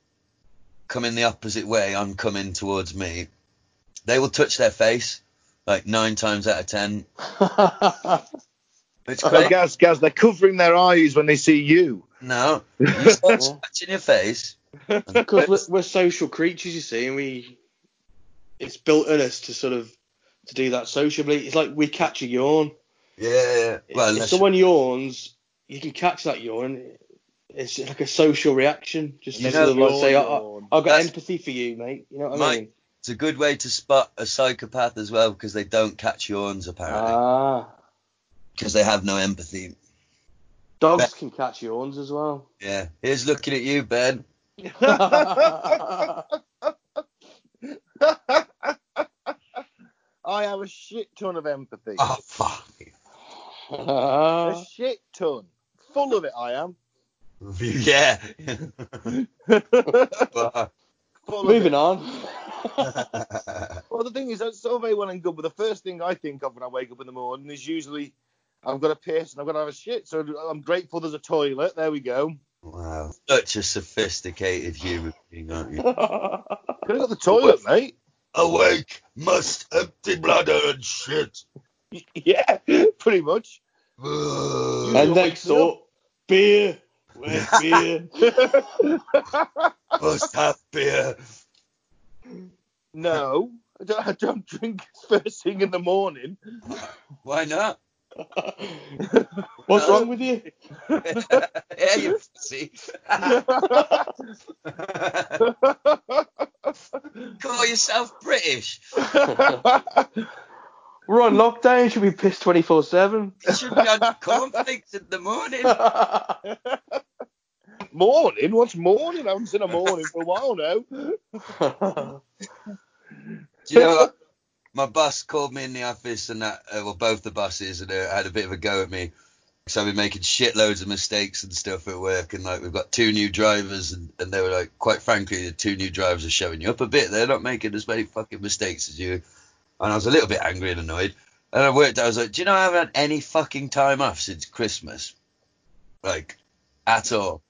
Speaker 4: coming the opposite way, I'm coming towards me, they will touch their face like nine times out of ten. It's
Speaker 2: Oh,
Speaker 4: crazy.
Speaker 2: Gaz, Gaz, they're covering their eyes when they see you.
Speaker 4: No, you start touching your face.
Speaker 3: because we're, we're social creatures, you see, and we it's built in us to sort of to do that sociably. It's like we catch a yawn.
Speaker 4: Yeah. Well,
Speaker 3: if
Speaker 4: unless-
Speaker 3: someone yawns, you can catch that yawn. It's like a social reaction, just
Speaker 4: You
Speaker 3: to
Speaker 4: know,
Speaker 3: sort of like say, I, I,
Speaker 2: yawn.
Speaker 3: I've got
Speaker 4: That's-
Speaker 3: empathy for you, mate. You know what I
Speaker 4: Mike,
Speaker 3: mean?
Speaker 4: it's a good way to spot a psychopath as well because they don't catch yawns apparently
Speaker 3: Ah,
Speaker 4: because they have no empathy.
Speaker 3: dogs can catch yawns as well.
Speaker 4: Yeah. Here's looking at you, Ben.
Speaker 3: I've
Speaker 2: I have a shit ton of empathy.
Speaker 3: Ah,
Speaker 4: Oh fuck.
Speaker 3: Uh,
Speaker 2: A shit ton. Full of it, I am.
Speaker 4: yeah. Fuck.
Speaker 2: Full of it.
Speaker 3: Moving on.
Speaker 2: Well, the thing is, that's all very well and good, but the first thing I think of when I wake up in the morning is usually I've got to piss and I've got to have a shit. So I'm grateful there's a toilet. There we go.
Speaker 4: wow. Such a sophisticated human being, aren't you?
Speaker 2: Could have got the toilet, mate.
Speaker 4: Awake, must empty bladder and shit.
Speaker 2: yeah, pretty much.
Speaker 3: and next up, beer. Where's beer?
Speaker 4: must have beer.
Speaker 2: no, I don't, I don't drink first thing in the morning.
Speaker 4: Why not?
Speaker 3: What's wrong with you?
Speaker 4: yeah, you see. Call yourself British.
Speaker 3: We're on lockdown. Should be pissed 24 seven.
Speaker 4: You should be on cornflakes in the morning.
Speaker 2: morning? What's morning? I haven't seen a morning for a while now.
Speaker 4: Do you know what? My boss called me in the office, and that, uh, well, both the bosses, and uh, had a bit of a go at me. So I've been making shitloads of mistakes and stuff at work, and like we've got two new drivers, and, and they were like, quite frankly, the two new drivers are showing you up a bit. They're not making as many fucking mistakes as you. And I was a little bit angry and annoyed. And I worked. I was like, do you know I haven't had any fucking time off since Christmas, like at all.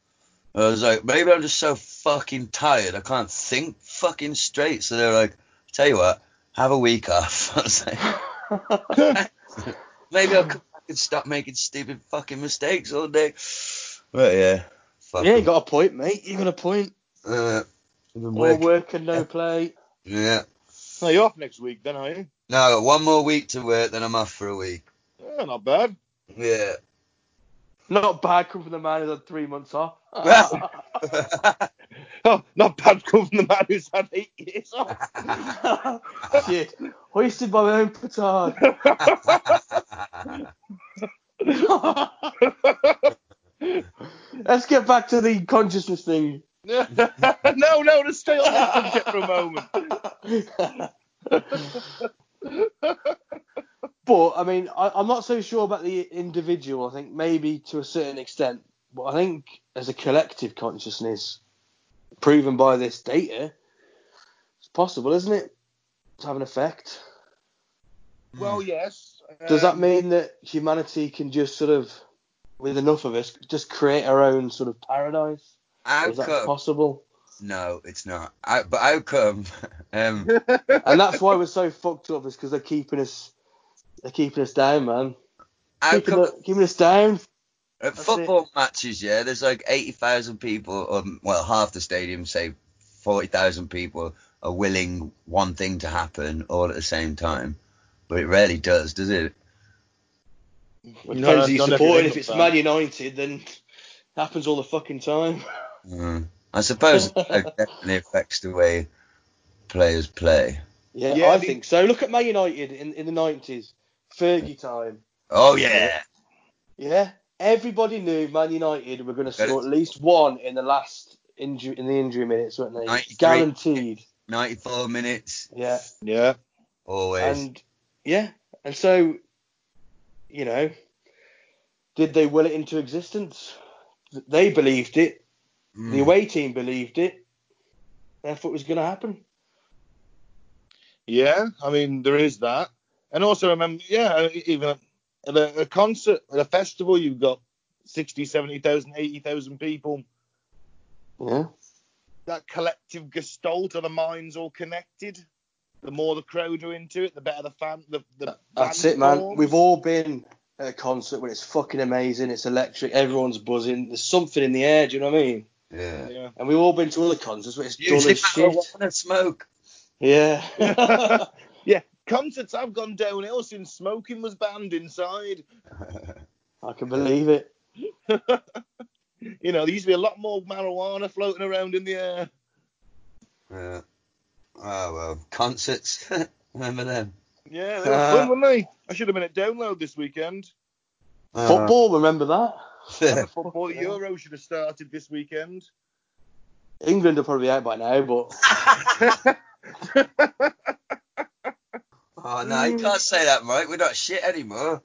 Speaker 4: I was like, maybe I'm just so fucking tired. I can't think fucking straight. So they're like, tell you what, have a week off. I was like, maybe I could fucking stop making stupid fucking mistakes all day. But yeah, fuck
Speaker 3: yeah, you
Speaker 4: 'em.
Speaker 3: got a point, mate. You got a point.
Speaker 4: Uh, I've been
Speaker 3: More
Speaker 4: working-
Speaker 3: work and no play.
Speaker 4: yeah.
Speaker 2: Now you're off next week, then, are you?
Speaker 4: No, I got one more week to work, then I'm off for a week.
Speaker 2: Yeah, Eh, not bad.
Speaker 4: Yeah.
Speaker 3: Not bad coming from the man who's had three months off.
Speaker 2: Oh, not bad coming from the man who's had eight years off.
Speaker 3: Shit. Hoisted by my own petard. Let's get back to the consciousness thing.
Speaker 2: no, no, let's stay on that subject for a moment.
Speaker 3: But I mean, I, I'm not so sure about the individual. I think maybe to a certain extent, but I think as a collective consciousness, proven by this data, it's possible, isn't it, to have an effect?
Speaker 2: Well, yes.
Speaker 3: Does that
Speaker 2: um,
Speaker 3: mean that humanity can just sort of, with enough of us, just create our own sort of paradise?
Speaker 4: How
Speaker 3: Is that
Speaker 4: come?
Speaker 3: possible?
Speaker 4: No, it's not. I, but how come? Um,
Speaker 3: And that's why we're so fucked up, is because they're keeping us, they're keeping us down, man.
Speaker 4: how
Speaker 3: Keeping,
Speaker 4: come
Speaker 3: us- keeping us down.
Speaker 4: At
Speaker 3: That's
Speaker 4: football matches, yeah, there's like 80,000 people, or well, half the stadium, say 40,000 people, are willing one thing to happen all at the same time. But it rarely does, does it?
Speaker 3: Well, it
Speaker 2: No,
Speaker 3: depends who you're
Speaker 2: not every
Speaker 3: supporting. If
Speaker 2: Liverpool
Speaker 3: it's
Speaker 2: fan.
Speaker 3: Man United, then it happens all the fucking time.
Speaker 4: Mm. I suppose it definitely affects the way players play.
Speaker 3: Yeah,
Speaker 2: Yeah,
Speaker 3: I
Speaker 2: the-
Speaker 3: think so. Look at Man United in, in the 90s, Fergie time.
Speaker 4: Oh, yeah.
Speaker 3: Yeah, everybody knew Man United were going to
Speaker 4: Got
Speaker 3: score at least one in the last injury in the injury minutes, weren't they?
Speaker 4: 93.
Speaker 3: Guaranteed.
Speaker 4: 94 minutes,
Speaker 3: Yeah,
Speaker 2: Yeah.
Speaker 4: always.
Speaker 3: and yeah, and so you know, did they will it into existence? Th- They believed it. The
Speaker 4: Mm.
Speaker 3: away team believed it. Therefore, it was going to happen.
Speaker 2: Yeah, I mean, there is that. And also, remember, yeah, even at a, a concert, at a festival, you've got 60, 70,000, 80,000 people.
Speaker 3: Yeah.
Speaker 2: That collective gestalt of the minds all connected. The more the crowd are into it, the better the fan. The, the
Speaker 3: That's
Speaker 2: band
Speaker 3: it, man.
Speaker 2: forms.
Speaker 3: We've all been at a concert when it's fucking amazing. It's electric. Everyone's buzzing. There's something in the air. Do you know what I mean?
Speaker 4: Yeah.
Speaker 2: Yeah.
Speaker 3: And we've all been to other concerts where it's dull
Speaker 4: Usually
Speaker 3: as shit.
Speaker 4: marijuana smoke.
Speaker 3: Yeah.
Speaker 2: yeah, concerts have gone downhill since smoking was banned inside.
Speaker 3: I can believe it.
Speaker 2: You know, there used to be a lot more marijuana floating around in the air.
Speaker 4: Yeah. Oh well, concerts. Remember them?
Speaker 2: Yeah, they were
Speaker 3: Uh,
Speaker 2: fun, weren't they? I should have been at Download this weekend.
Speaker 4: Uh-huh.
Speaker 3: Football, remember that?
Speaker 4: Uh,
Speaker 2: Football the
Speaker 3: yeah.
Speaker 2: Euro should have started this weekend.
Speaker 3: England are probably out by now, but
Speaker 4: oh no, you can't say that, Mike. We're not shit anymore.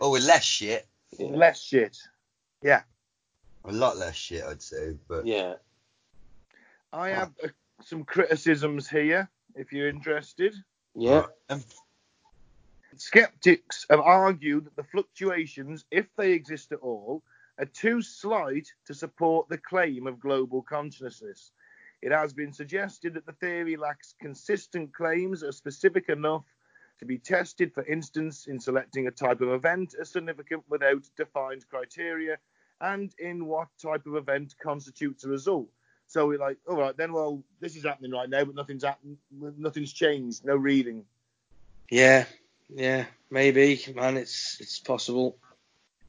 Speaker 4: Oh, we're less shit.
Speaker 3: yeah.
Speaker 2: Less shit.
Speaker 4: A lot less shit, I'd say. But
Speaker 3: yeah.
Speaker 2: I have uh, some criticisms here, if you're interested.
Speaker 3: Yeah.
Speaker 4: Um,
Speaker 2: Skeptics have argued that the fluctuations, if they exist at all, are too slight to support the claim of global consciousness. It has been suggested that the theory lacks consistent claims that are specific enough to be tested, for instance, in selecting a type of event as significant without defined criteria and in what type of event constitutes a result. So we're like, all right, then, well, this is happening right now, but nothing's happened, nothing's changed, no reading.
Speaker 3: Yeah. Yeah. Maybe, man. It's it's possible.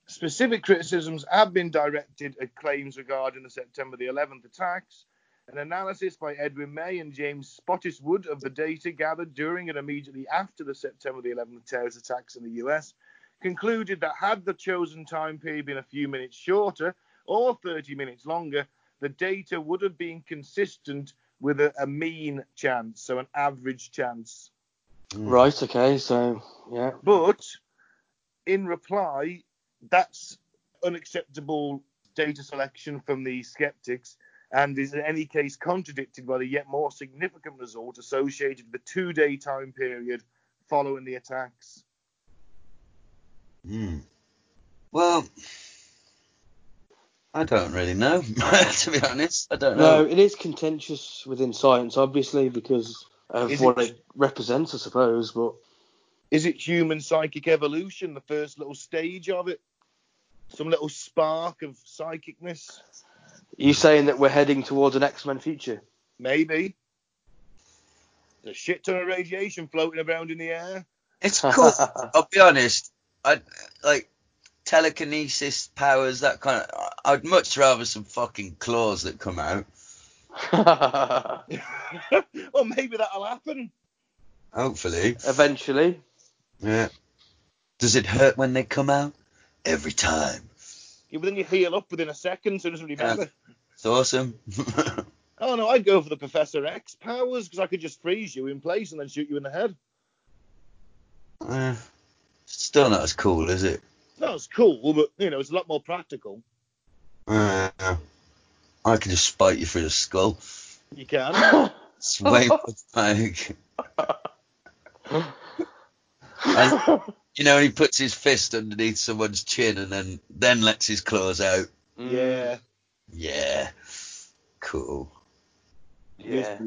Speaker 2: Specific criticisms have been directed at claims regarding the September the 11th attacks. An analysis by Edwin May and James Spottiswood of the data gathered during and immediately after the September the 11th terrorist attacks in the US concluded that had the chosen time period been a few minutes shorter or 30 minutes longer, the data would have been consistent with a, a mean chance, so an average chance.
Speaker 4: mm.
Speaker 3: Right. Okay. So yeah.
Speaker 2: But in reply, that's unacceptable data selection from the skeptics and is in any case contradicted by the yet more significant result associated with the two day time period following the attacks.
Speaker 4: Mm. Well, I don't really know. to be honest, I don't
Speaker 3: No,
Speaker 4: know.
Speaker 3: it is contentious within science, obviously, because of
Speaker 2: Is
Speaker 3: what
Speaker 2: it-
Speaker 3: it? represents, I suppose. But
Speaker 2: Is it human psychic evolution, the first little stage of it? Some little spark of psychicness?
Speaker 3: you saying that we're heading towards an X Men future?
Speaker 2: Maybe. There's a shit ton of radiation floating around in the air.
Speaker 4: It's cool. I'll be honest. I like telekinesis powers, that kind of. I'd much rather some fucking claws that come out.
Speaker 2: well, maybe that'll happen.
Speaker 4: Hopefully.
Speaker 3: Eventually.
Speaker 4: Yeah. Does it hurt when they come out? Every time.
Speaker 2: Yeah, but then you heal up within a second, so it doesn't really
Speaker 4: Yeah.
Speaker 2: matter.
Speaker 4: It's awesome.
Speaker 2: Oh no, I'd go for the Professor X powers because I could just freeze you in place and then shoot you in the head.
Speaker 4: Eh, Still not as cool, is it?
Speaker 2: No, it's cool, but you know, it's a lot more practical.
Speaker 4: Eh, I can just spike you through the skull.
Speaker 2: You can.
Speaker 4: It's way more like. And, you know, he puts his fist underneath someone's chin and then then lets his claws out.
Speaker 2: yeah.
Speaker 4: Yeah, cool.
Speaker 3: Hmm, Yeah.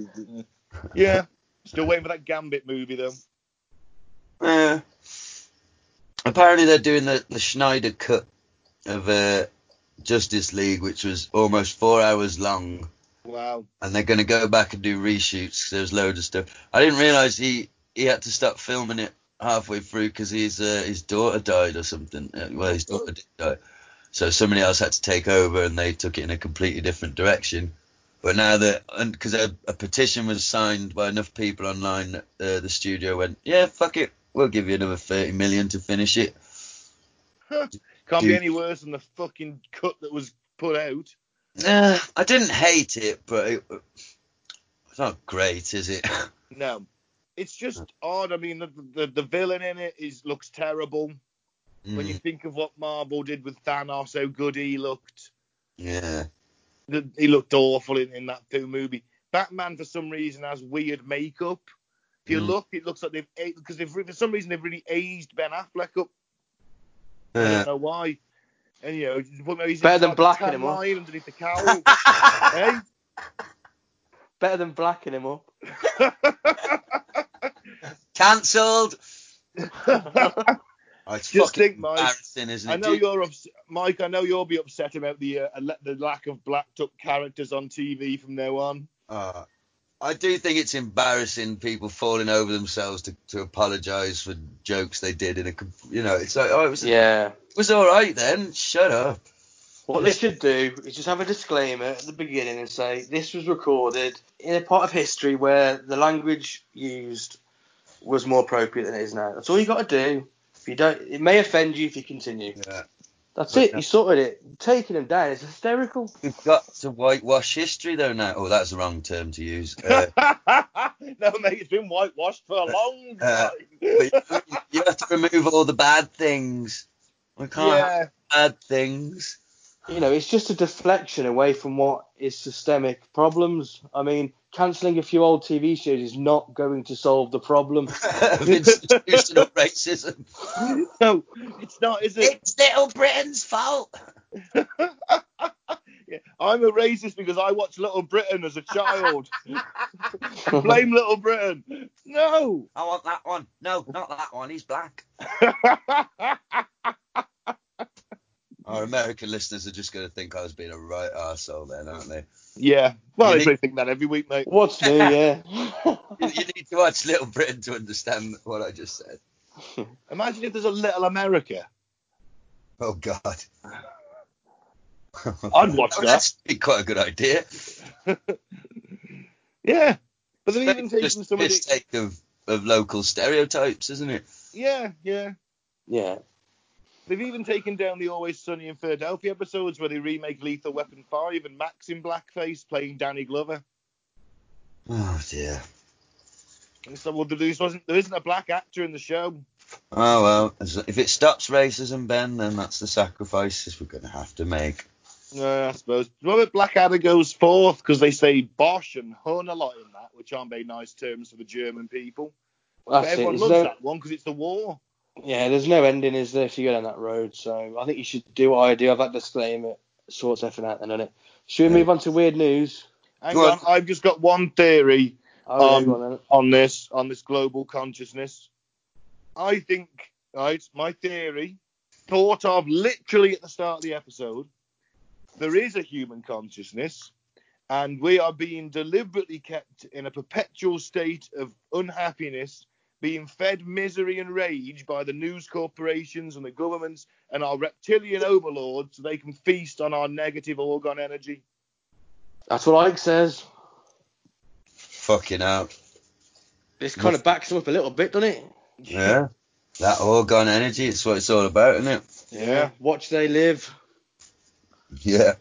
Speaker 2: Yeah. Still waiting for that Gambit movie though.
Speaker 4: Yeah. Uh, Apparently they're doing the, the Schneider cut of uh, Justice League, which was almost four hours long,
Speaker 2: Wow.
Speaker 4: and they're going to go back and do reshoots. There's loads of stuff. I didn't realise he he had to stop filming it halfway through because his uh, his daughter died or something. Uh, Well, his daughter did die, so somebody else had to take over, and they took it in a completely different direction. But now that, because a, a petition was signed by enough people online, that uh, the studio went, yeah, fuck it, we'll give you another 30 million to finish it.
Speaker 2: Can't be
Speaker 4: Dude.
Speaker 2: any worse than the fucking cut that was put out.
Speaker 4: Nah, I didn't hate it, but it, it's not great, is it?
Speaker 2: No. It's just odd. I mean, the, the the villain in it is looks terrible. When you
Speaker 4: Mm,
Speaker 2: think of what Marvel did with Thanos, how good he looked.
Speaker 4: yeah.
Speaker 2: the, he looked awful in, in that film movie. Batman, for some reason, has weird makeup. If you
Speaker 4: Mm.
Speaker 2: look, it looks like they've because they've re- for some reason they've really aged Ben Affleck up. I
Speaker 4: Uh,
Speaker 2: don't know why. And you know, you put maybe
Speaker 3: Better
Speaker 2: inside
Speaker 3: than
Speaker 2: the
Speaker 3: blacking
Speaker 2: tan
Speaker 3: him up.
Speaker 2: line underneath the cowl.
Speaker 3: Better than blacking him up.
Speaker 4: Cancelled.
Speaker 2: eh?
Speaker 4: Oh, it's
Speaker 2: Just
Speaker 4: fucking
Speaker 2: think, Mike.
Speaker 4: embarrassing, isn't it?
Speaker 2: I know
Speaker 4: Dude,
Speaker 2: you're ups- Mike. I know you'll be upset about the uh, ele- the lack of blacked up characters on TV from now on.
Speaker 4: uh, I do think it's embarrassing people falling over themselves to, to apologise for jokes they did in a, com- you know, it's like, oh, it was,
Speaker 3: Yeah.
Speaker 4: it was all right then. Shut up.
Speaker 3: What they should do is just have a disclaimer at the beginning and say this was recorded in a part of history where the language used was more appropriate than it is now. That's all you got to do. If you don't, it may offend you if you continue.
Speaker 4: Yeah.
Speaker 3: That's it. You sorted it. Taking them down is hysterical.
Speaker 4: We've got to whitewash history though now. Oh, that's the wrong term to use. Uh,
Speaker 2: no, mate, it's been whitewashed for a long time.
Speaker 4: uh, but you, you have to remove all the bad things. We can't have
Speaker 2: yeah,
Speaker 4: bad things.
Speaker 3: You know, it's just a deflection away from what is systemic problems. I mean, cancelling a few old TV shows is not going to solve the problem.
Speaker 4: of institutional racism.
Speaker 2: no, it's not, is it?
Speaker 4: Little Britain's fault.
Speaker 2: Yeah. I'm a racist because I watched Little Britain as a child. Blame Little Britain. No.
Speaker 4: I want that one. No, not that one. He's black. Our American listeners are just going to think I was being a right arsehole then, aren't they?
Speaker 2: yeah. Well,
Speaker 4: You
Speaker 2: they
Speaker 4: need-
Speaker 2: probably think that every week, mate.
Speaker 3: What's new? Yeah.
Speaker 4: You, you need to watch Little Britain to understand what I just said.
Speaker 2: Imagine if there's a Little America.
Speaker 4: Oh, God.
Speaker 2: I'd watch
Speaker 4: Oh,
Speaker 2: that.
Speaker 4: That's been quite a good idea.
Speaker 2: Yeah. But they're even taking
Speaker 4: Just
Speaker 2: some of the.
Speaker 4: mistake of, of local stereotypes, isn't it?
Speaker 2: Yeah, yeah.
Speaker 3: yeah.
Speaker 2: They've even taken down the Always Sunny in Philadelphia episodes where they remake Lethal Weapon 5 and Max in blackface playing Danny Glover.
Speaker 4: Oh, dear.
Speaker 2: And it's like, well, there just wasn't, there isn't a black actor in the show.
Speaker 4: Oh, well. as- If it stops racism, Ben, then that's the sacrifices we're going to have to make.
Speaker 2: No, I suppose. Robert Blackadder goes fourth because they say Bosch and Hun a lot in that, which aren't very nice terms for the German people. But
Speaker 3: That's it.
Speaker 2: everyone
Speaker 3: There's
Speaker 2: loves
Speaker 3: no-
Speaker 2: that one because it's the war.
Speaker 3: Yeah, there's no ending, is there, if you go down that road? So I think you should do what I do. I've had disclaimer, sorts effing out then, it? Should we
Speaker 4: Yeah.
Speaker 3: move on to weird news?
Speaker 2: Hang
Speaker 4: Go
Speaker 2: on.
Speaker 4: on.
Speaker 2: I've just got one theory
Speaker 3: Oh, yeah,
Speaker 2: Um,
Speaker 3: go on then.
Speaker 2: on this, on this global consciousness. I think, right, my theory, thought of literally at the start of the episode, there is a human consciousness, and we are being deliberately kept in a perpetual state of unhappiness, being fed misery and rage by the news corporations and the governments and our reptilian overlords so they can feast on our negative organ energy.
Speaker 3: That's what Ike says.
Speaker 4: Fucking hell.
Speaker 3: This kind of backs him up a little bit, doesn't it?
Speaker 4: Yeah. That organ energy, it's what it's all about, isn't it?
Speaker 2: Yeah.
Speaker 3: Watch they live.
Speaker 4: Yeah.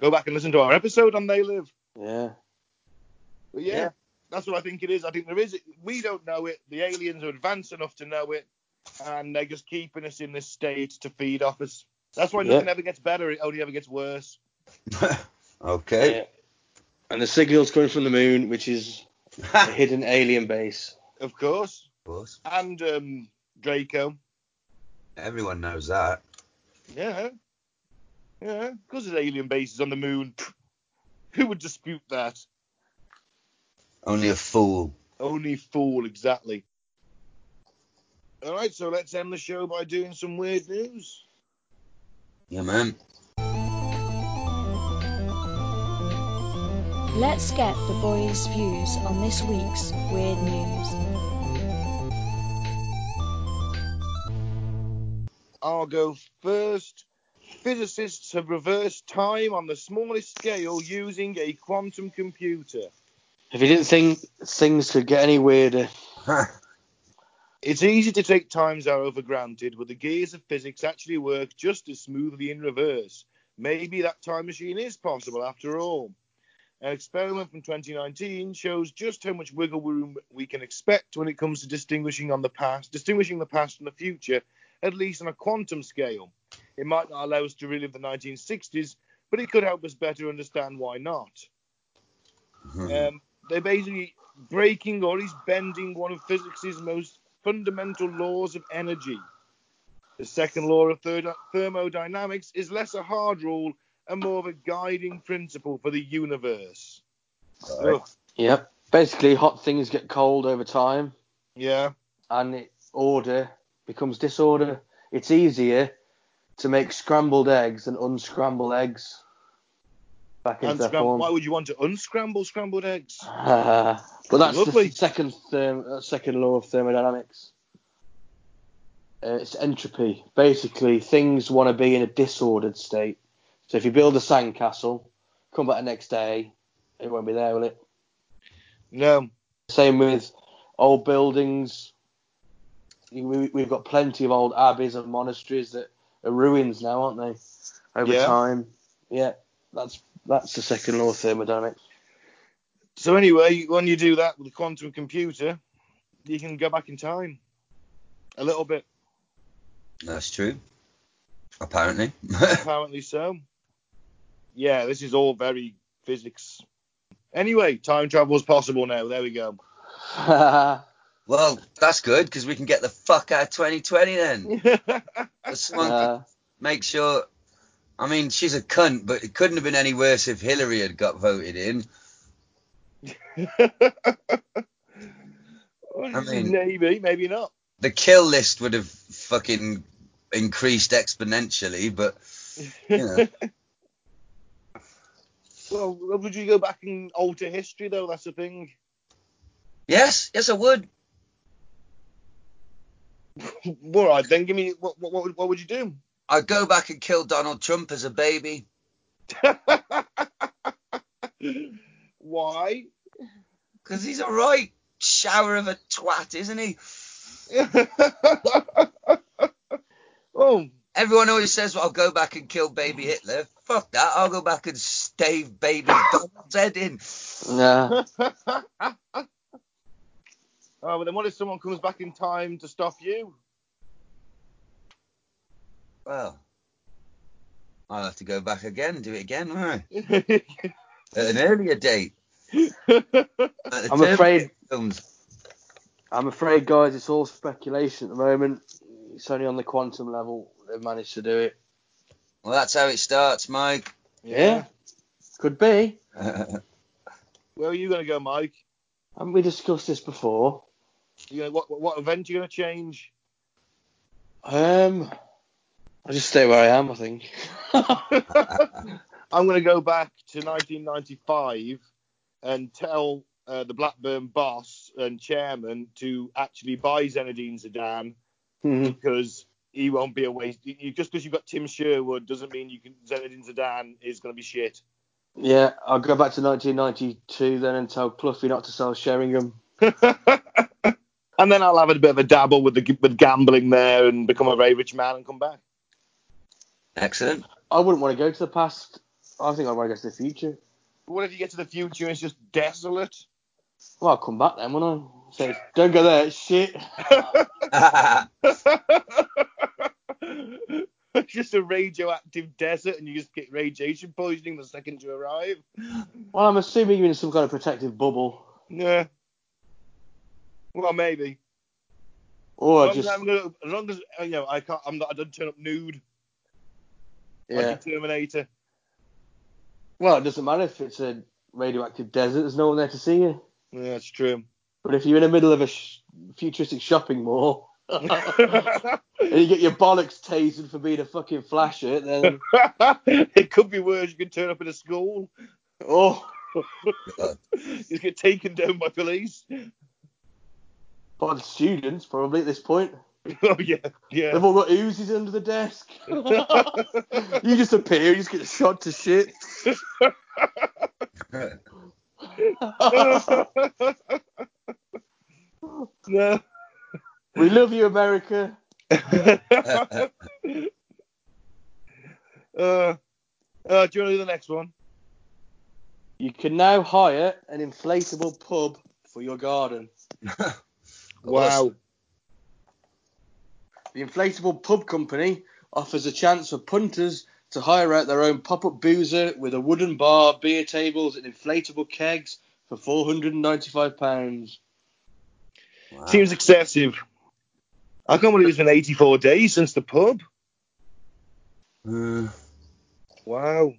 Speaker 2: Go back and listen to our episode on They Live.
Speaker 3: Yeah.
Speaker 2: But yeah,
Speaker 4: Yeah.
Speaker 2: that's what I think it is. I think there is. We don't know it. The aliens are advanced enough to know it, and they're just keeping us in this state to feed off us. That's why
Speaker 3: Yeah.
Speaker 2: nothing ever gets better. It only ever gets worse.
Speaker 4: okay.
Speaker 3: Yeah. And the signal's coming from the moon, which is a hidden alien base.
Speaker 2: Of course.
Speaker 4: Of course.
Speaker 2: And um, Draco.
Speaker 4: Everyone knows that.
Speaker 2: Yeah. Yeah. Because there's alien bases on the moon. Who would dispute that?
Speaker 4: Only a fool.
Speaker 2: Only fool, exactly. All right, so let's end the show by doing some weird news.
Speaker 4: Yeah, man.
Speaker 5: Let's get the boys' views on this week's weird news.
Speaker 2: I'll go first. Physicists have reversed time on the smallest scale using a quantum computer.
Speaker 3: If you didn't think things could get any weirder,
Speaker 2: It's easy to take time's arrow for granted, but the gears of physics actually work just as smoothly in reverse. Maybe that time machine is possible after all. An experiment from 2019 shows just how much wiggle room we can expect when it comes to distinguishing on the past, distinguishing the past from the future, at least on a quantum scale. It might not allow us to relive the 1960s, but it could help us better understand why not. Um, they're basically breaking or at least bending one of physics's most fundamental laws of energy. The second law of thermo- thermodynamics is less a hard rule and more of a guiding principle for the universe.
Speaker 4: Right.
Speaker 2: Ugh,
Speaker 3: Yep. Basically, hot things get cold over time,
Speaker 2: yeah.
Speaker 3: and it, order becomes disorder. It's easier to make scrambled eggs than unscrambled eggs. Back
Speaker 2: And
Speaker 3: into their
Speaker 2: scram-
Speaker 3: form.
Speaker 2: why would you want to unscramble scrambled eggs?
Speaker 3: but that's
Speaker 2: Lovely.
Speaker 3: the second therm- uh, second law of thermodynamics. Uh, it's entropy. Basically, things want to be in a disordered state. So if you build a sandcastle, come back the next day, it won't be there, will it?
Speaker 2: No.
Speaker 3: Same with old buildings. You- We, we've got plenty of old abbeys and monasteries that are ruins now, aren't they? Over
Speaker 2: Yeah.
Speaker 3: time. Yeah, that's that's the second law of thermodynamics.
Speaker 2: So anyway, when you do that with a quantum computer, you can go back in time a little bit.
Speaker 4: That's true. Apparently.
Speaker 2: Apparently so. Yeah, this is all very physics. Anyway, time travel is possible now. There we go.
Speaker 4: well, that's good because we can get the fuck out of 2020 then. Let's Someone
Speaker 3: Uh,
Speaker 4: make sure. I mean, she's a cunt, but it couldn't have been any worse if Hillary had got voted in. mean-
Speaker 2: maybe, maybe not.
Speaker 4: The kill list would have fucking increased exponentially, but you know,
Speaker 2: Well, would you go back and alter history though? That's the thing.
Speaker 4: yes, yes, I would.
Speaker 2: All right, then give me what what what would, what would you do?
Speaker 4: I'd go back and kill Donald Trump as a baby.
Speaker 2: Why?
Speaker 4: 'Cause he's a right shower of a twat, isn't he?
Speaker 2: oh,
Speaker 4: Everyone always says, well, I'll go back and kill baby Hitler. Fuck that. I'll go back and stave baby Donald's head in.
Speaker 3: nah.
Speaker 2: oh, but then what if someone comes back in time to stuff you?
Speaker 4: Well, I'll have to go back again, do it again, won't I?
Speaker 2: I'm
Speaker 4: At an earlier date. At the
Speaker 3: I'm
Speaker 4: Terminator
Speaker 3: afraid-
Speaker 4: Films.
Speaker 3: I'm afraid, guys, it's all speculation at the moment. It's only on the quantum level they've managed to do it.
Speaker 4: Well, that's how it starts, Mike.
Speaker 3: Could be.
Speaker 2: Where are you going to go, Mike?
Speaker 3: Haven't we discussed this before?
Speaker 2: You gonna, what, what event are you going to change?
Speaker 3: Um, I'll just stay where I am, I think.
Speaker 2: I'm going to go back to 1995 and tell uh, the Blackburn boss and chairman to actually buy Zenedine Zidane
Speaker 3: Mhm.
Speaker 2: because he won't be a waste. You, just because you've got Tim Sherwood doesn't mean you can Zenedine Zidane is going to be shit.
Speaker 3: yeah, I'll go back to 1992 then and tell Cluffy not to sell Sheringham.
Speaker 2: and then I'll have a bit of a dabble with the g- with gambling there and become a very rich man and come back.
Speaker 4: Excellent.
Speaker 3: I wouldn't want to go to the past. I think I'd want to go to the future.
Speaker 2: But what if you get to the future and it's just desolate?
Speaker 3: Well, I'll come back then, won't I? Say, don't go there, it's shit.
Speaker 2: it's just a radioactive desert and you just get radiation poisoning the second you arrive.
Speaker 3: Well, I'm assuming you're in some kind of protective bubble.
Speaker 2: Yeah. Well, maybe.
Speaker 3: Or
Speaker 2: as, long
Speaker 3: just.
Speaker 2: as, I'm gonna- as long as you know, I can't. I'm not. I don't turn up nude
Speaker 3: Yeah.
Speaker 2: like a Terminator.
Speaker 3: Well, it doesn't matter if it's a radioactive desert. There's no one there to see you.
Speaker 2: Yeah, that's true.
Speaker 3: But if you're in the middle of a sh- futuristic shopping mall and you get your bollocks tasered for being a fucking flasher, then
Speaker 2: it could be worse. You could turn up in a school.
Speaker 3: oh,
Speaker 2: You get taken down by police.
Speaker 3: by the students probably at this point.
Speaker 2: oh yeah, yeah.
Speaker 3: They've all got Uzis under the desk. you just appear, you just get shot to shit.
Speaker 2: no.
Speaker 3: we love you, America.
Speaker 2: uh, uh, do you want to do the next one?
Speaker 3: You can now hire an inflatable pub for your garden.
Speaker 4: Wow.
Speaker 3: The inflatable pub company offers a chance for punters to hire out their own pop-up boozer with a wooden bar, beer tables, and inflatable kegs for
Speaker 2: Uh,
Speaker 3: four hundred and ninety-five pounds.
Speaker 4: Wow.
Speaker 2: Seems excessive. I can't believe it's been 84 days since the pub.
Speaker 4: Uh,
Speaker 2: Wow.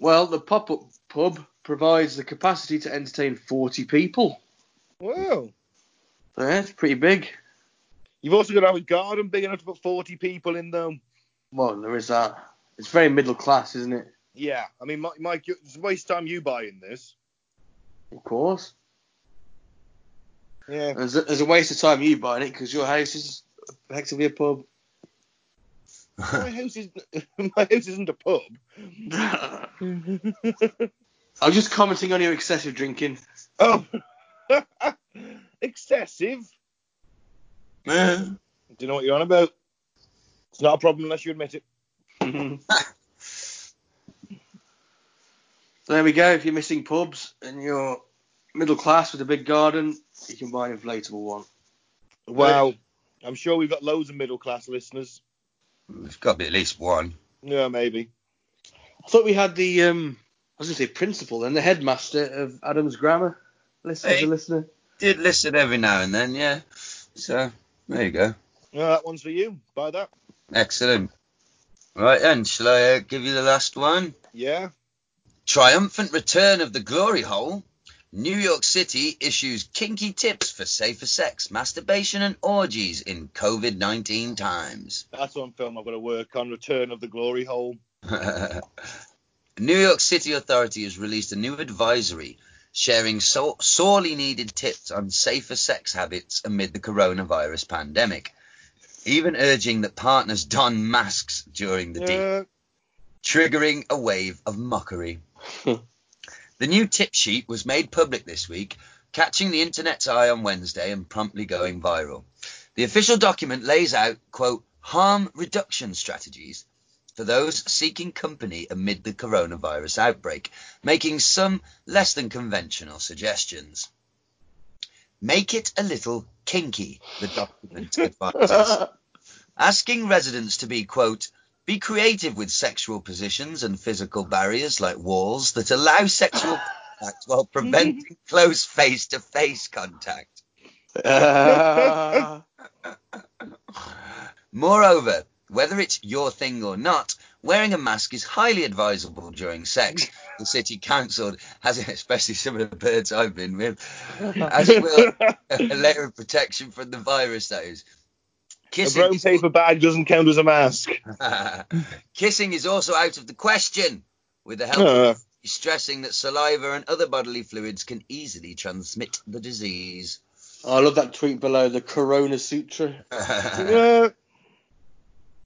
Speaker 3: Well, the pop up pub provides the capacity to entertain 40 people.
Speaker 2: Wow.
Speaker 3: So, yeah, it's pretty big.
Speaker 2: You've also got to have a garden big enough to put 40 people in them.
Speaker 3: Well, there is that. It's very middle class, isn't it?
Speaker 2: Yeah. I mean, Mike, Mike you- it's a waste of time you buying this.
Speaker 3: Of course.
Speaker 2: Yeah.
Speaker 3: There's a, there's a waste of time you buying it because your house is effectively a pub.
Speaker 2: my, house is, my house isn't a pub.
Speaker 3: I was just commenting on your excessive drinking.
Speaker 2: Mm-hmm. Oh. Excessive. Do you know what you're on about? It's not a problem unless you admit it.
Speaker 3: so there we go. If you're missing pubs and you're middle class with a big garden, you can buy an inflatable one.
Speaker 2: Wow. I'm sure we've got loads of middle class listeners.
Speaker 4: there's got to be at least one.
Speaker 2: Yeah, maybe.
Speaker 3: I thought we had the um, I was going to say principal and the headmaster of Adams Grammar. Listen,
Speaker 4: Hey.
Speaker 3: as a listener.
Speaker 4: Did listen every now and then, yeah. So there you go.
Speaker 2: Yeah, that one's for you. Buy that.
Speaker 4: Excellent. Right then, shall I uh, give you the last one?
Speaker 2: Yeah.
Speaker 4: Triumphant return of the glory hole. New York City issues kinky tips for safer sex, masturbation, and orgies in COVID 19 times.
Speaker 2: That's one film I've got to work on. Return of the Glory Hole.
Speaker 4: New York City Authority has released a new advisory sharing so- sorely needed tips on safer sex habits amid the coronavirus pandemic, even urging that partners don masks during the date
Speaker 2: Yeah.
Speaker 4: triggering a wave of mockery. the new tip sheet was made public this week, catching the internet's eye on Wednesday and promptly going viral. The official document lays out, quote, harm reduction strategies for those seeking company amid the coronavirus outbreak, making some less than conventional suggestions. Make it a little kinky, the document advises asking residents to be quote be creative with sexual positions and physical barriers like walls that allow sexual contact while preventing close face-to-face contact
Speaker 3: Ah.
Speaker 4: moreover whether it's your thing or not wearing a mask is highly advisable during sex the city council has especially some of the birds i've been with as will a layer of protection from the virus that is
Speaker 2: A
Speaker 4: kissing
Speaker 2: brown
Speaker 4: is-
Speaker 2: paper bag doesn't count as a mask.
Speaker 4: kissing is also out of the question with the help
Speaker 2: Uh,
Speaker 4: He's stressing that saliva and other bodily fluids can easily transmit the disease.
Speaker 3: I love that tweet below the Corona Sutra.
Speaker 4: oh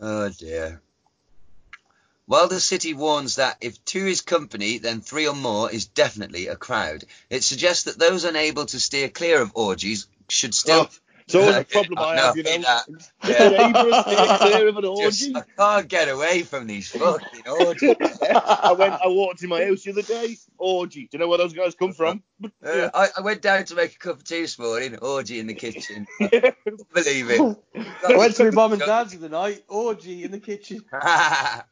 Speaker 2: yeah.
Speaker 4: dear. While the city warns that if two is company, then three or more is definitely a crowd, it suggests that those unable to steer clear of orgies should
Speaker 2: Oh,
Speaker 4: still.
Speaker 2: It's
Speaker 4: uh,
Speaker 2: always a problem I
Speaker 4: No,
Speaker 2: have, you know.
Speaker 4: that.
Speaker 2: Stay dangerous, stay clear of an
Speaker 4: Just-
Speaker 2: orgy.
Speaker 4: I can't get away from these fucking orgies.
Speaker 2: I went, I walked in my house the other day. Orgy. Do you know where those guys come from?
Speaker 4: Uh, I, I went down to make a cup of tea this morning, orgy in the kitchen. Believe it.
Speaker 3: I went to my mum and dad's the night, orgy in the kitchen.
Speaker 4: yeah,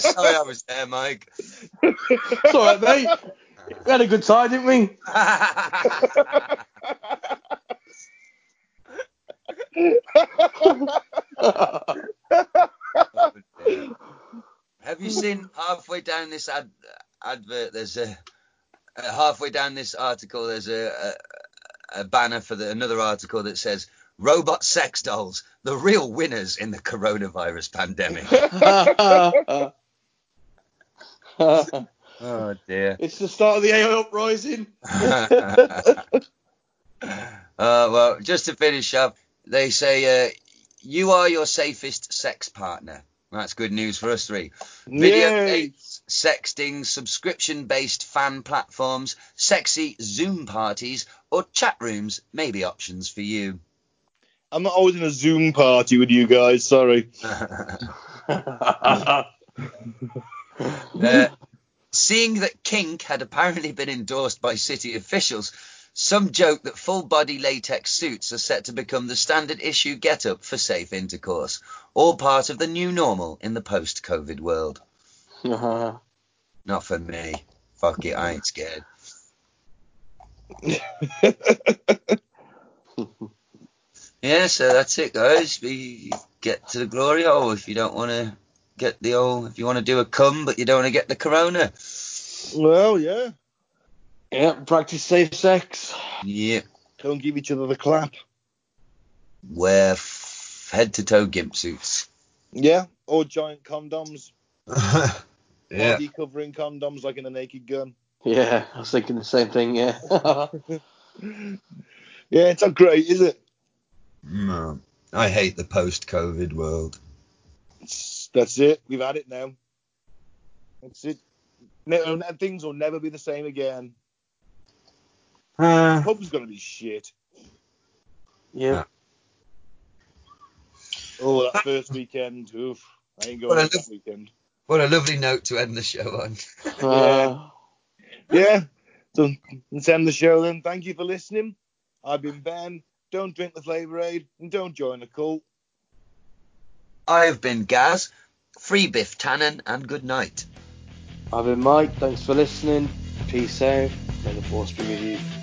Speaker 4: sorry I was there, Mike.
Speaker 3: It's all right, mate. We had a good time, didn't we?
Speaker 4: Have you seen halfway down this ad- advert? There's a uh, halfway down this article. There's a, a, a banner for the, another article that says "Robot sex dolls: the real winners in the coronavirus pandemic." oh dear.
Speaker 3: it's the start of the AI uprising.
Speaker 4: uh, well, just to finish up, they say uh, you are your safest sex partner. That's good news for us three. Video
Speaker 2: Yay.
Speaker 4: dates, sexting, subscription-based fan platforms, sexy Zoom parties, or chat rooms may be options for you.
Speaker 2: I'm not always in a Zoom party with you guys. Sorry.
Speaker 4: Uh, seeing that kink had apparently been endorsed by city officials, some joke that full body latex suits are set to become the standard issue getup for safe intercourse, all part of the new normal in the post COVID world. Not for me. Fuck it, I ain't scared. Yeah, so that's it, guys. We get to the glory hole if you don't want to get the old. If you want to do a cum, but you don't want to get the corona.
Speaker 2: Well, yeah.
Speaker 3: Yeah, practice safe sex.
Speaker 4: Yeah,
Speaker 2: Don't give each other the clap.
Speaker 4: wear f- head to toe gimp suits.
Speaker 2: Yeah. Or giant condoms.
Speaker 4: yeah.
Speaker 2: Body covering condoms like in a naked gun.
Speaker 3: Yeah, I was thinking the same thing. Yeah.
Speaker 2: Yeah, it's not great, is it?
Speaker 4: No. Mm. I hate the post-COVID world.
Speaker 2: It's- That's it. We've had it now. That's it. No, no- things will never be the same again. Pub's gonna be shit.
Speaker 3: yeah.
Speaker 2: Oh, that first weekend. Oof. I ain't going
Speaker 4: Well,
Speaker 2: out that weekend.
Speaker 4: What a lovely note to end the show on.
Speaker 3: Uh,
Speaker 2: Yeah. So let's end the show then. Thank you for listening. I've been Ben. Don't drink the flavour aid and don't join a cult.
Speaker 4: I have been Gaz, free Biff Tannen, and good night.
Speaker 3: I've been Mike. Thanks for listening. Peace out. May the force be with you.